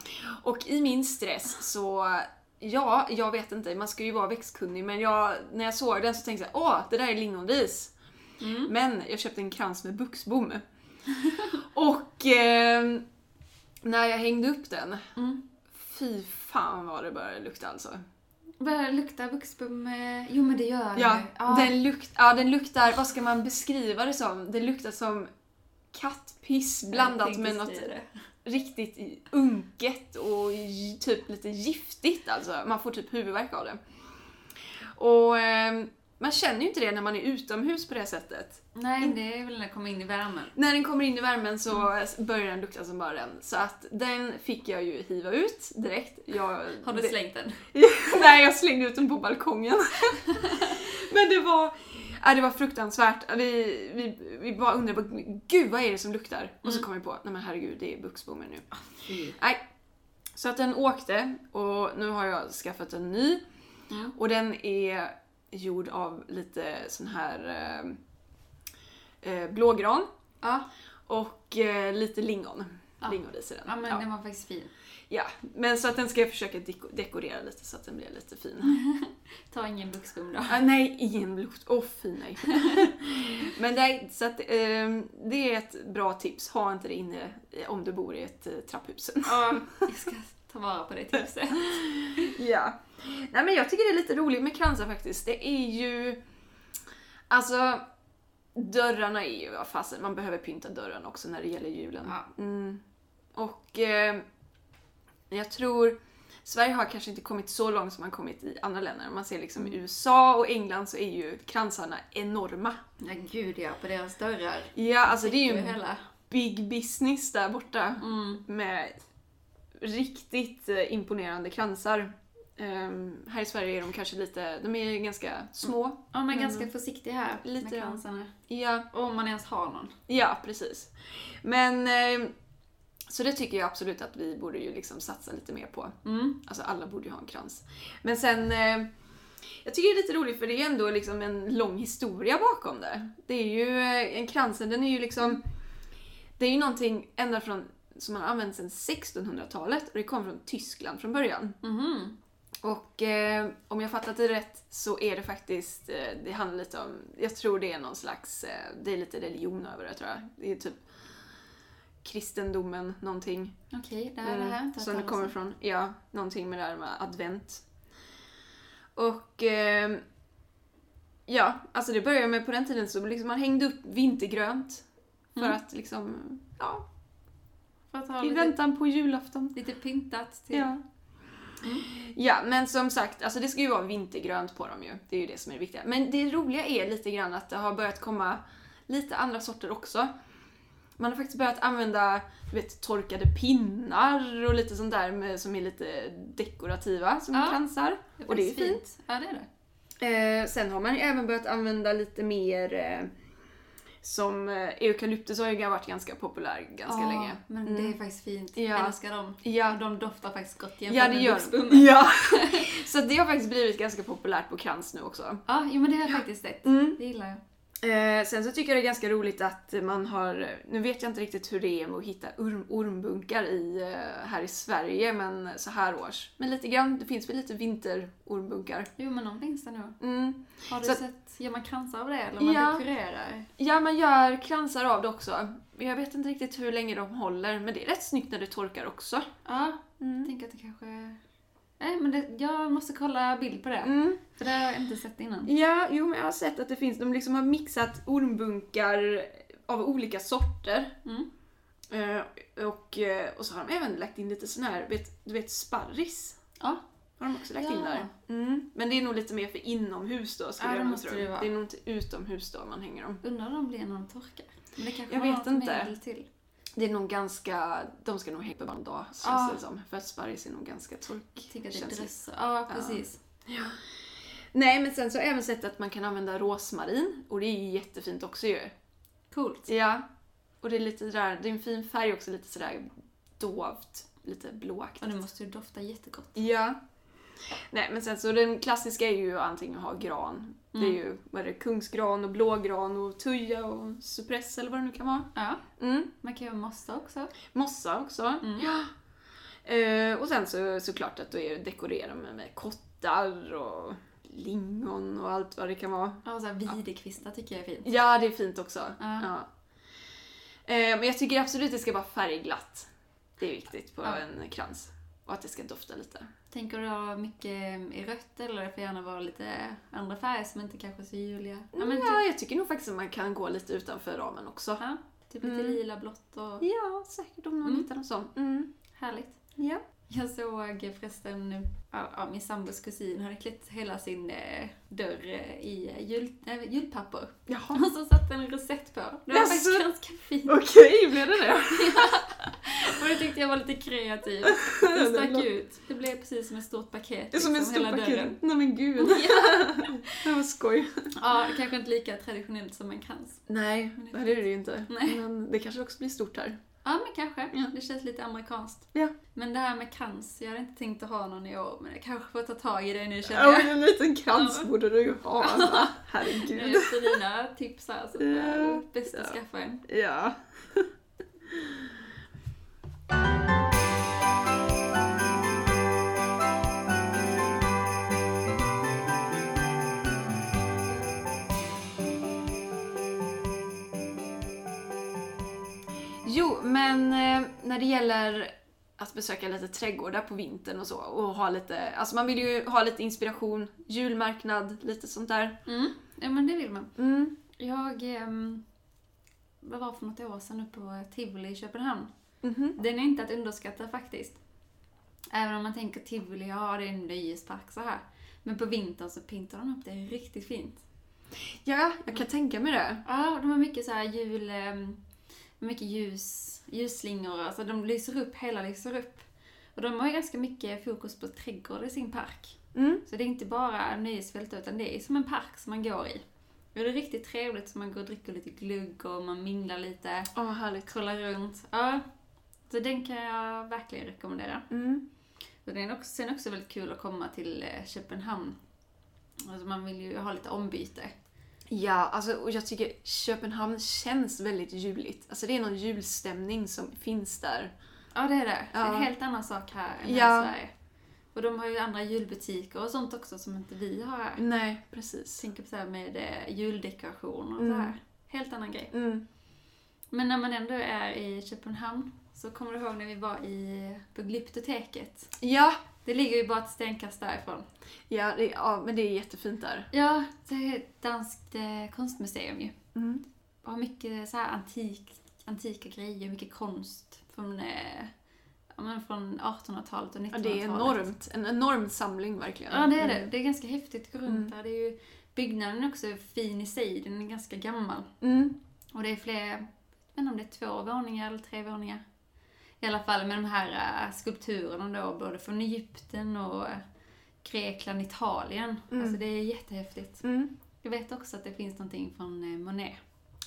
S2: Och i min stress så... Ja, jag vet inte, man ska ju vara växtkunnig men jag, när jag såg den så tänkte jag åh, det där är lingonris.
S1: Mm.
S2: Men jag köpte en krans med buxbom. och eh, när jag hängde upp den,
S1: Mm.
S2: fy fan vad det började lukta alltså.
S1: Börjar det lukta buxbom? eh, Jo men det gör det.
S2: Ja,
S1: ja.
S2: Den, lukt, ja den luktar, vad ska man beskriva det som? Den luktar som kattpiss blandat
S1: Jag
S2: med
S1: tänkte
S2: något
S1: säga det.
S2: riktigt i- unket och j- typ lite giftigt alltså. Man får typ huvudvärk av det. Och ehm, man känner ju inte det när man är utomhus på det här sättet.
S1: Nej, det är väl när jag kommer in i värmen.
S2: När den kommer in i värmen så s- börjar den lukta som bara den. Så att den fick jag ju hiva ut direkt. Jag,
S1: Har du
S2: det-
S1: slängt den?
S2: Nej, jag slängde ut den på balkongen. Men det var, äh, det var fruktansvärt. Vi, vi, vi bara undrade, bara, gud vad är det som luktar? Och
S1: Mm.
S2: så kom vi på, nej men herregud det är buxbommen nu. Nej. Så att den åkte och nu har jag skaffat en ny.
S1: Ja.
S2: Och den är gjord av lite sån här eh, eh, blågran
S1: Ja,
S2: och eh, lite lingon.
S1: Ja.
S2: Lingonris i den.
S1: ja men
S2: Ja.
S1: den var faktiskt fin.
S2: ja, men så att den ska jag försöka deko- dekorera lite så att den blir lite fin.
S1: Ta ingen buxbom då.
S2: Ah, nej, ingen lukt. Åh fy nej. men nej, så att, ehm, det är ett bra tips. Ha inte det inne eh, om du bor i ett eh, trapphus.
S1: Ja, jag ska ta vara på det tipset.
S2: Ja. Nej men jag tycker det är lite roligt med kransar faktiskt. Det är ju... Alltså... Dörrarna är ju, vad fasen, man behöver pynta dörren också när det gäller julen.
S1: Ja.
S2: Mm. Och eh, jag tror, Sverige har kanske inte kommit så långt som man kommit i andra länder. Om man ser liksom i USA och England så är ju kransarna enorma.
S1: Ja, gud ja, på deras dörrar.
S2: Ja, alltså det är ju
S1: Täcker
S2: en
S1: hela.
S2: big business där borta
S1: Mm.
S2: med riktigt eh, imponerande kransar. Ehm, här i Sverige är de kanske lite, de är ju ganska små.
S1: Ja, man är
S2: Men-
S1: ganska försiktig här
S2: Mm. Lite,
S1: med
S2: ja.
S1: kransarna.
S2: Ja,
S1: Om man ens har någon.
S2: Ja, precis. Men eh, så det tycker jag absolut att vi borde ju liksom satsa lite mer på.
S1: Mm.
S2: Alltså alla borde ju ha en krans. Men sen, eh, jag tycker det är lite roligt för det är ändå liksom en lång historia bakom det. Det är ju, eh, en kransen den är ju liksom, det är ju någonting ända från, som man har använt sedan 1600-talet och det kom från Tyskland från början.
S1: Mhm.
S2: Och eh, om jag fattat det rätt så är det faktiskt, eh, det handlar lite om, jag tror det är någon slags, eh, det är lite religion över det tror jag. Det är typ kristendomen, någonting.
S1: Okej, det här är det
S2: Mm,
S1: här.
S2: Som det kommer från, ja, någonting med det här med advent. Och eh, ja, alltså det började med på den tiden så liksom man hängde upp vintergrönt för
S1: Mm.
S2: att liksom, ja,
S1: För att ha
S2: i
S1: lite,
S2: väntan på julafton.
S1: lite pyntat till.
S2: Ja. ja, men som sagt, alltså det ska ju vara vintergrönt på dem ju. Det är ju det som är det viktiga. Men det roliga är lite grann att det har börjat komma lite andra sorter också. Man har faktiskt börjat använda du vet, torkade pinnar och lite sånt där med, som är lite dekorativa som
S1: Ja.
S2: kransar.
S1: Det
S2: Och det är
S1: faktiskt Ja, det är det.
S2: Eh, sen har man ju även börjat använda lite mer eh, som eh, eukalyptus har ju varit ganska populär ganska
S1: Ja,
S2: länge.
S1: Men
S2: Mm.
S1: det är faktiskt fint.
S2: Ja.
S1: Jag älskar dem.
S2: Ja,
S1: De doftar faktiskt gott jämfört
S2: Ja, det
S1: med
S2: gör
S1: buxbommen.
S2: de. Ja. Så det har faktiskt blivit ganska populärt på krans nu också.
S1: Ja, jo, men det har jag faktiskt sett.
S2: Mm.
S1: Det gillar jag.
S2: Eh, sen så tycker jag det är ganska roligt att man har, nu vet jag inte riktigt hur det är med att hitta orm, ormbunkar i, eh, här i Sverige, men så här års. Men lite grann, det finns väl lite vinterormbunkar.
S1: Jo, men de finns där nu.
S2: Mm.
S1: Har du
S2: Så-
S1: sett, gör man kransar av det eller man
S2: Ja.
S1: dekorerar?
S2: Ja, man gör kransar av det också. Men Jag vet inte riktigt hur länge de håller, men det är rätt snyggt när det torkar också.
S1: Ja, jag
S2: Mm.
S1: tänker att det kanske... Nej, men det, jag måste kolla bild på det.
S2: Mm.
S1: För det har jag inte sett innan.
S2: Ja, jo men jag har sett att det finns, de liksom har mixat ormbunkar av olika sorter.
S1: Mm.
S2: Eh, och, eh, och så har de även lagt in lite sån här, vet, du vet sparris?
S1: Ja.
S2: Har de också lagt in
S1: Ja.
S2: där. Mm. Men det är nog lite mer för inomhus då skulle
S1: Ja, det
S2: jag nog
S1: måste
S2: tro.
S1: det vara.
S2: Det är nog inte utomhus då man hänger dem.
S1: Undrar om de blir när de torkar. Men det kanske
S2: Jag
S1: har något
S2: vet inte.
S1: medel till.
S2: Det är nog ganska, de ska nog hänga på bara en dag känns
S1: Ja.
S2: det som. För att sparris är nog ganska tork.
S1: Jag tänker att det
S2: känsligt.
S1: är dressar. Ja,
S2: Ja.
S1: precis.
S2: Nej men sen så har jag även sett att man kan använda rosmarin och det är ju jättefint också ju.
S1: Coolt.
S2: Ja. Och det är lite där, det är en fin färg också, lite sådär dovt, lite blåaktigt.
S1: Och det måste ju dofta jättegott.
S2: Ja. Nej, men sen så den klassiska är ju antingen att ha gran. Det är ju vad är det, kungsgran och blågran och tuja och cypress eller vad det nu kan vara.
S1: Ja.
S2: Mm.
S1: Man kan göra mossa också.
S2: Mossa också.
S1: Mm.
S2: Ja. Eh, och sen så såklart att då är det dekorera med, med kottar och lingon och allt vad det kan vara.
S1: Ja, och så här videkvistar tycker jag är fint.
S2: Ja, det är fint också.
S1: Ja.
S2: Eh, men jag tycker absolut det ska vara färgglatt. Det är viktigt på
S1: Ja.
S2: en krans. Och att det ska dofta lite.
S1: Tänker du ha mycket i rött eller det får gärna vara lite andra färger som inte kanske är så juliga? Ja, men typ,
S2: Ja, jag tycker nog faktiskt att man kan gå lite utanför ramen också.
S1: ja, typ lite
S2: Mm.
S1: lila, blått och
S2: Ja, säkert om någon
S1: Mm.
S2: hittar någon sån. Mm.
S1: härligt.
S2: Ja.
S1: Jag såg förresten, ja, ja, min sambos kusin hade klätt hela sin eh, dörr eh, i eh, jul, nej, julpapper.
S2: Jaha.
S1: Och så satt en rosett på. Det var
S2: Jaså?
S1: faktiskt ganska fint.
S2: Okej, blev det det?
S1: Och det tyckte jag var lite kreativt. Det stack ut. Det blev precis som ett stort paket.
S2: Det är som en
S1: liksom,
S2: stor
S1: hela
S2: paket.
S1: dörren.
S2: Nej men gud. det var skoj.
S1: Ja, kanske inte lika traditionellt som en krans.
S2: Nej, det är det ju inte.
S1: Nej.
S2: Men det kanske också blir stort här.
S1: Ja, men kanske.
S2: Ja.
S1: Det känns lite amerikanskt.
S2: Ja.
S1: Men det här med krans, jag hade inte tänkt att ha någon i år, men jag kanske får ta tag i det nu känner
S2: Ja,
S1: jag.
S2: men en liten krans
S1: Ja.
S2: borde du ju ha. Anna. Herregud.
S1: Efter dina tips här så
S2: Ja.
S1: är bäst att
S2: Ja.
S1: skaffa en.
S2: Ja. Jo, men eh, när det gäller att besöka lite trädgårdar på vintern och så och ha lite, alltså man vill ju ha lite inspiration, julmarknad, lite sånt där.
S1: Mm. Ja, men det vill man.
S2: Mm.
S1: Jag ehm, vad var för något år sedan uppe på Tivoli i Köpenhamn.
S2: Mhm.
S1: Den är inte att underskatta faktiskt. Även om man tänker Tivoli, ja det är en nöjespark så här. Men på vintern så pyntar de upp det riktigt fint.
S2: Ja, jag kan tänka mig det.
S1: Ja, de har mycket så här jul... ehm, Mycket ljus, ljusslingor, alltså de lyser upp, hela lyser upp. Och de har ju ganska mycket fokus på trädgård i sin park.
S2: Mm.
S1: Så det är inte bara nöjesfält utan det är som en park som man går i. Och det är riktigt trevligt så man går och dricker lite glögg och man minglar lite,
S2: Åh, härligt.
S1: kollar runt. Ja. Så den kan jag verkligen rekommendera.
S2: Mm.
S1: Och det är också, sen också väldigt kul att komma till eh, Köpenhamn. Alltså man vill ju ha lite ombyte.
S2: Ja, alltså, och jag tycker Köpenhamn känns väldigt juligt. Alltså det är någon julstämning som finns där.
S1: Ja, det är det. Det är
S2: Ja.
S1: en helt annan sak här än
S2: Ja.
S1: här i Sverige. Och de har ju andra julbutiker och sånt också som inte vi har
S2: Mm.
S1: här.
S2: Nej, precis.
S1: Tänker på så här med eh, juldekorationer och
S2: Mm.
S1: så här. Helt annan grej.
S2: Mm.
S1: Men när man ändå är i Köpenhamn så kommer du ihåg när vi var i, på Glyptoteket?
S2: Ja,
S1: Det ligger ju bara ett stenkast därifrån.
S2: ja, det, ja, men det är jättefint där.
S1: Ja, det är ett danskt eh, konstmuseum ju.
S2: Mm.
S1: har mycket så här antik, antika grejer, mycket konst från, eh, ja, men från 1800-talet och 1900-talet.
S2: Ja, det är enormt. En enorm samling verkligen.
S1: Ja, det är det.
S2: Mm.
S1: Det är ganska häftigt att gå runt
S2: Mm.
S1: där. Det är ju, byggnaden är också fin i sig, den är ganska gammal.
S2: Mm.
S1: Och det är fler, jag vet inte om det är två våningar eller tre våningar. I alla fall med de här eh, skulpturerna då, både från Egypten och eh, Grekland, Italien.
S2: Mm.
S1: Alltså det är jättehäftigt.
S2: Mm.
S1: Jag vet också att det finns någonting från eh, Monet.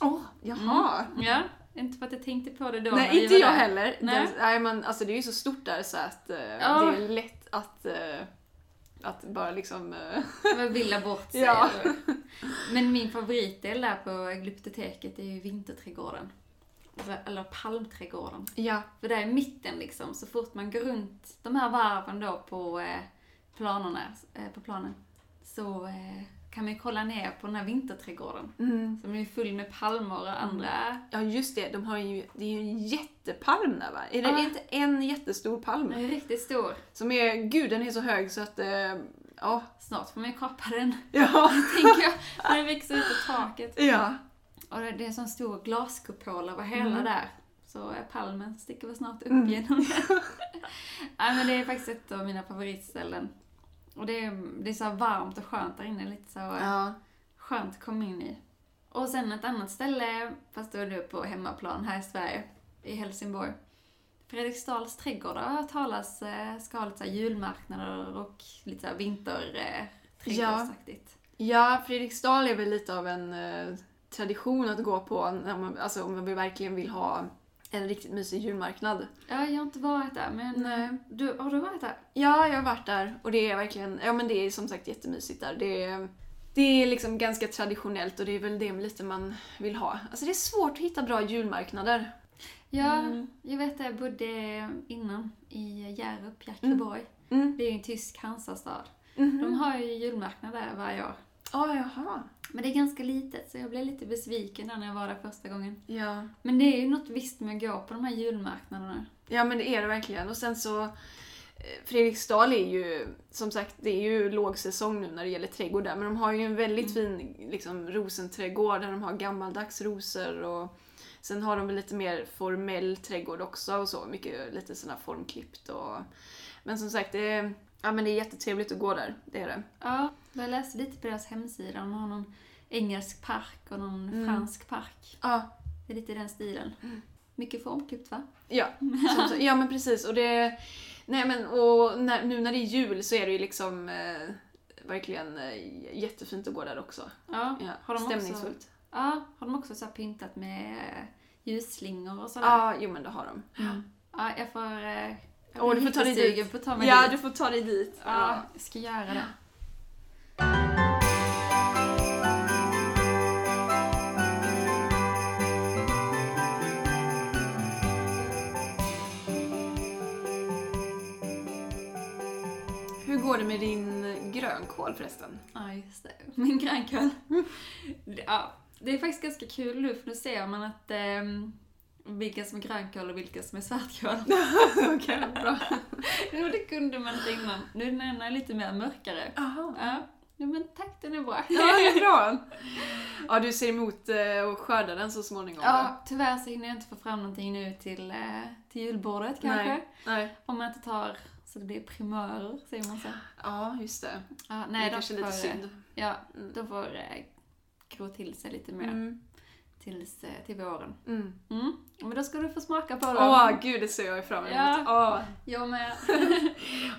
S2: Åh, jaha.
S1: Ja, inte för att jag tänkte på det då. när vi
S2: Mm. Nej, inte
S1: var
S2: jag
S1: där.
S2: heller.
S1: Nej.
S2: Den, nej, men alltså det är ju så stort där så att eh,
S1: Ja.
S2: det är lätt att, eh, att bara liksom... eh,
S1: Man villar bort sig.
S2: Ja.
S1: Men min favoritdel där på glyptoteket är ju vinterträdgården. Alltså, Eller palmträdgården.
S2: ja.
S1: För där i mitten liksom, så fort man går runt de här varven då på eh, planerna, eh, på planen, så eh, kan man ju kolla ner på den här vinterträdgården.
S2: Mm.
S1: Som är full med palmer och andra...
S2: Ja just det, de har ju, det är ju en jättepalm där va? Är det
S1: Ja.
S2: inte en jättestor palm?
S1: Den är riktigt stor.
S2: Som är, gud den är så hög så att, eh, ja.
S1: Snart får man ju kapa den,
S2: Ja.
S1: tänker jag. När det växer ut på taket.
S2: ja.
S1: Och det det är en sån stor glaskupol över hela
S2: Mm.
S1: där. Så eh, palmen sticker väl snart upp
S2: Mm.
S1: genom den. Nej men det är faktiskt ett av mina favoritställen. Och det är, det är så här varmt och skönt där inne. Lite så eh,
S2: Ja.
S1: skönt att komma in i. Och sen ett annat ställe, fast då är det på hemmaplan här i Sverige, i Helsingborg. Fredriksdals trädgårdar har hört talas eh, ska ha lite så här julmarknader och lite så här vinter... eh, Trädgårdsaktigt.
S2: Ja, Fredriksdal är väl lite av en eh, tradition att gå på när man, alltså, om man verkligen vill ha en riktigt mysig julmarknad.
S1: Ja, jag har inte varit där, men... eh,
S2: Nej.
S1: Du, har du varit där?
S2: Ja, jag har varit där och det är verkligen, ja men det är som sagt jättemysigt där. Det är, det är liksom ganska traditionellt och det är väl det lite man vill ha. Alltså det är svårt att hitta bra julmarknader.
S1: Ja,
S2: Mm.
S1: jag vet det. Jag bodde innan i Hjärup, Jackeborg.
S2: Mm.
S1: Det är ju en tysk Hansastad.
S2: Mhm.
S1: De har ju julmarknad där varje år.
S2: Ja, jaha.
S1: Men det är ganska litet, så jag blev lite besviken där när jag var där första gången.
S2: Ja.
S1: Men det är ju något visst med att gå på de här julmarknaderna.
S2: ja, men det är det verkligen. Och sen så eh, Fredriksdal är ju, som sagt, det är ju lågsäsong nu när det gäller trädgård där, men de har ju en väldigt fin liksom, rosenträdgård där de har gammaldags rosor och sen har de väl lite mer formell trädgård också och så, mycket lite sådana formklippt och... Men som sagt, det är, ja, men det är jättetrevligt att gå där, det är det.
S1: Ja, jag läste lite på deras hemsida. De har någon engelsk park och någon
S2: Mm.
S1: fransk park.
S2: Ja,
S1: Det är lite i den stilen. Mycket formklippt va?
S2: Ja, som, sagt. ja men precis. Och, det, nej, men, och när, nu när det är jul så är det ju liksom eh, verkligen eh, jättefint att gå där också.
S1: Ja,
S2: Ja,
S1: Har de också-
S2: stämningsfullt.
S1: ja har de också så här pyntat med eh, ljusslingor och sådär?
S2: Ja, jo men det har de.
S1: Ja, jag får... Eh, jag
S2: Mm. Åh,
S1: blir
S2: du får ta dig
S1: jättesugen på att ta mig
S2: Ja,
S1: dit.
S2: du får ta dig dit.
S1: Ja, jag ska göra det.
S2: Hur går det med din grönkål förresten?
S1: Ja, just det. Min grönkål. Ja, det är faktiskt ganska kul nu, för nu ser man att eh, vilka som är grönkål och vilka som är svartkål.
S2: Okej, bra.
S1: Jo, det kunde man inte innan. Nu är den ena lite mer mörkare.
S2: Aha.
S1: Ja, Nej men tack, den är bra.
S2: Ja, det är bra. Ja, du ser emot eh, att skörda den så småningom. va?
S1: Ja, tyvärr så hinner jag inte få fram någonting nu till, eh, till julbordet kanske.
S2: Nej. Nej.
S1: Om man inte tar så det blir primörer, säger man så.
S2: Ja, just det.
S1: Ja,
S2: det
S1: nej,
S2: är kanske
S1: de får,
S2: lite
S1: eh,
S2: synd.
S1: Ja,
S2: Mm.
S1: de får eh, gro till sig lite mer
S2: Mm.
S1: tills, eh, till våren.
S2: Mm.
S1: Mm. Men då ska du få smaka på dem.
S2: Åh, gud det ser jag fram emot.
S1: Ja.
S2: Ja.
S1: Jag med.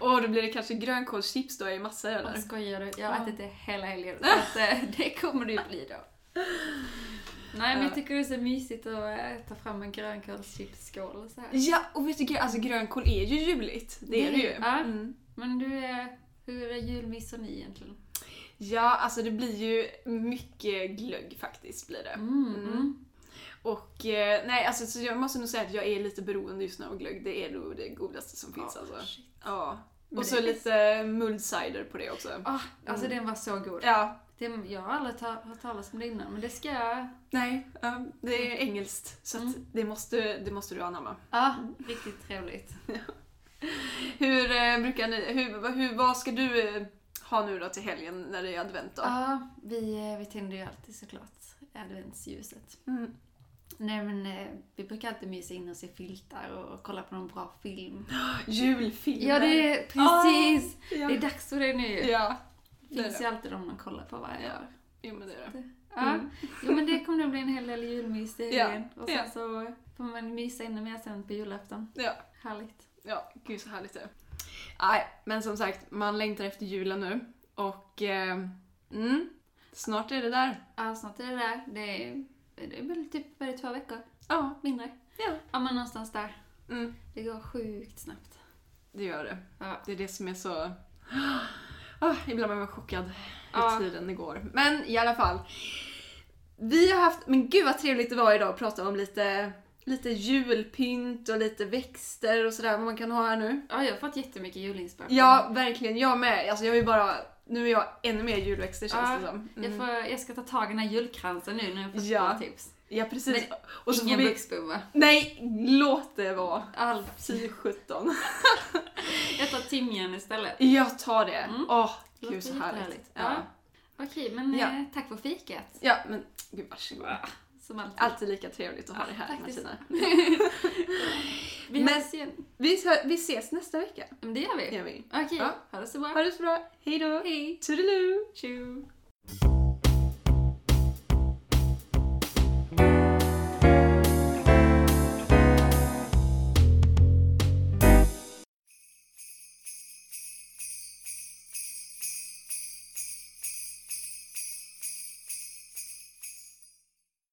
S2: Åh, då blir det kanske grönkålschips då i massor eller?
S1: Åh, skojar du? Jag
S2: Ja.
S1: har ätit det hela helgen. Så att, eh, det kommer det ju bli då. Nej, men jag tycker det är så mysigt att eh, ta fram en grönkålschipsskål och så här.
S2: Ja, och vet du gre- alltså grönkål är ju juligt. Det är det ju.
S1: Ja.
S2: Mm.
S1: Men du, eh, hur är julmys och ni egentligen?
S2: Ja, alltså det blir ju mycket glögg faktiskt blir det.
S1: Mm,
S2: Mm.
S1: mm.
S2: Och eh, nej, alltså så jag måste nog säga att jag är lite beroende just nu av glögg. Det är nog det godaste som finns
S1: Ja,
S2: alltså.
S1: Ah, shit.
S2: Ja.
S1: Men
S2: Och så
S1: det-
S2: lite mulled cider på det också.
S1: Ah, alltså
S2: Mm.
S1: den var så god.
S2: Ja.
S1: Det, jag har aldrig ta, hört talas om det innan, men det ska jag...
S2: Nej, ja, det är engelskt. Så att
S1: Mm.
S2: det, måste, det måste du anamma.
S1: Ja, riktigt trevligt.
S2: Hur eh, brukar ni, hur, vad- hur, vad ska du eh, ha nu då till helgen när det är advent då?
S1: Ja, vi, eh, vi tänder ju alltid såklart adventsljuset.
S2: Mm.
S1: Nej men eh, vi brukar alltid mysa in och se filtar och kolla på någon bra film.
S2: Julfilmer.
S1: Ja, det är precis!
S2: Ja.
S1: Det är dags för det nu ju.
S2: Ja.
S1: Det
S2: det.
S1: finns ju alltid de man kollar på varje år.
S2: Jo men det är det.
S1: Ja.
S2: Mm.
S1: Jo men det kommer nog bli en hel del julmys i
S2: Ja,
S1: helgen. Och sen
S2: ja.
S1: så får man mysa ännu mer sen på julafton.
S2: Ja.
S1: Härligt.
S2: Ja, gud så härligt det är. Nej, men som sagt, man längtar efter julen nu. Och eh, mm, snart är det där.
S1: Ja, snart är det där. Det är, det är väl typ bara två veckor.
S2: Ja.
S1: Mindre.
S2: Ja.
S1: Ja men någonstans där.
S2: Mm,
S1: Det går sjukt snabbt.
S2: det gör det.
S1: Ja.
S2: Det är det som är så... Ah, ibland är man chockad hur
S1: Ja.
S2: tiden det går. Men i alla fall. Vi har haft... Men gud vad trevligt det var idag att prata om lite, lite julpynt och lite växter och sådär. Vad man kan ha här nu.
S1: Ja, jag har fått jättemycket julinspiration.
S2: Ja, verkligen. Jag med. Alltså jag är ju bara... Nu är jag ännu mer julväxter känns
S1: Ja,
S2: det som. Mm.
S1: Jag, får, jag ska ta tag i den här julkransen nu när jag fått
S2: Ja.
S1: bra tips.
S2: Ja precis. och så får
S1: Ingen
S2: vi...
S1: buxbomba.
S2: Nej! Låt det vara.
S1: Allt.
S2: Fy sjutton.
S1: Jag tar timjan istället.
S2: Jag tar det. Åh,
S1: Mm.
S2: gud så härligt.
S1: Ja.
S2: Ja.
S1: Okej, men
S2: Ja.
S1: eh, tack för fikat.
S2: ja, men gud varsågod.
S1: Som alltid.
S2: Alltid lika trevligt att ha
S1: Ja,
S2: dig här
S1: faktiskt.
S2: Martina.
S1: Vi
S2: men-
S1: hörs igen.
S2: Vi, hö- vi ses nästa vecka.
S1: Men det gör vi.
S2: Gör vi.
S1: Okej,
S2: Ja.
S1: ha det så bra.
S2: Ha det så bra. Hej då.
S1: Hej.
S2: Toodaloo.
S1: Tjo.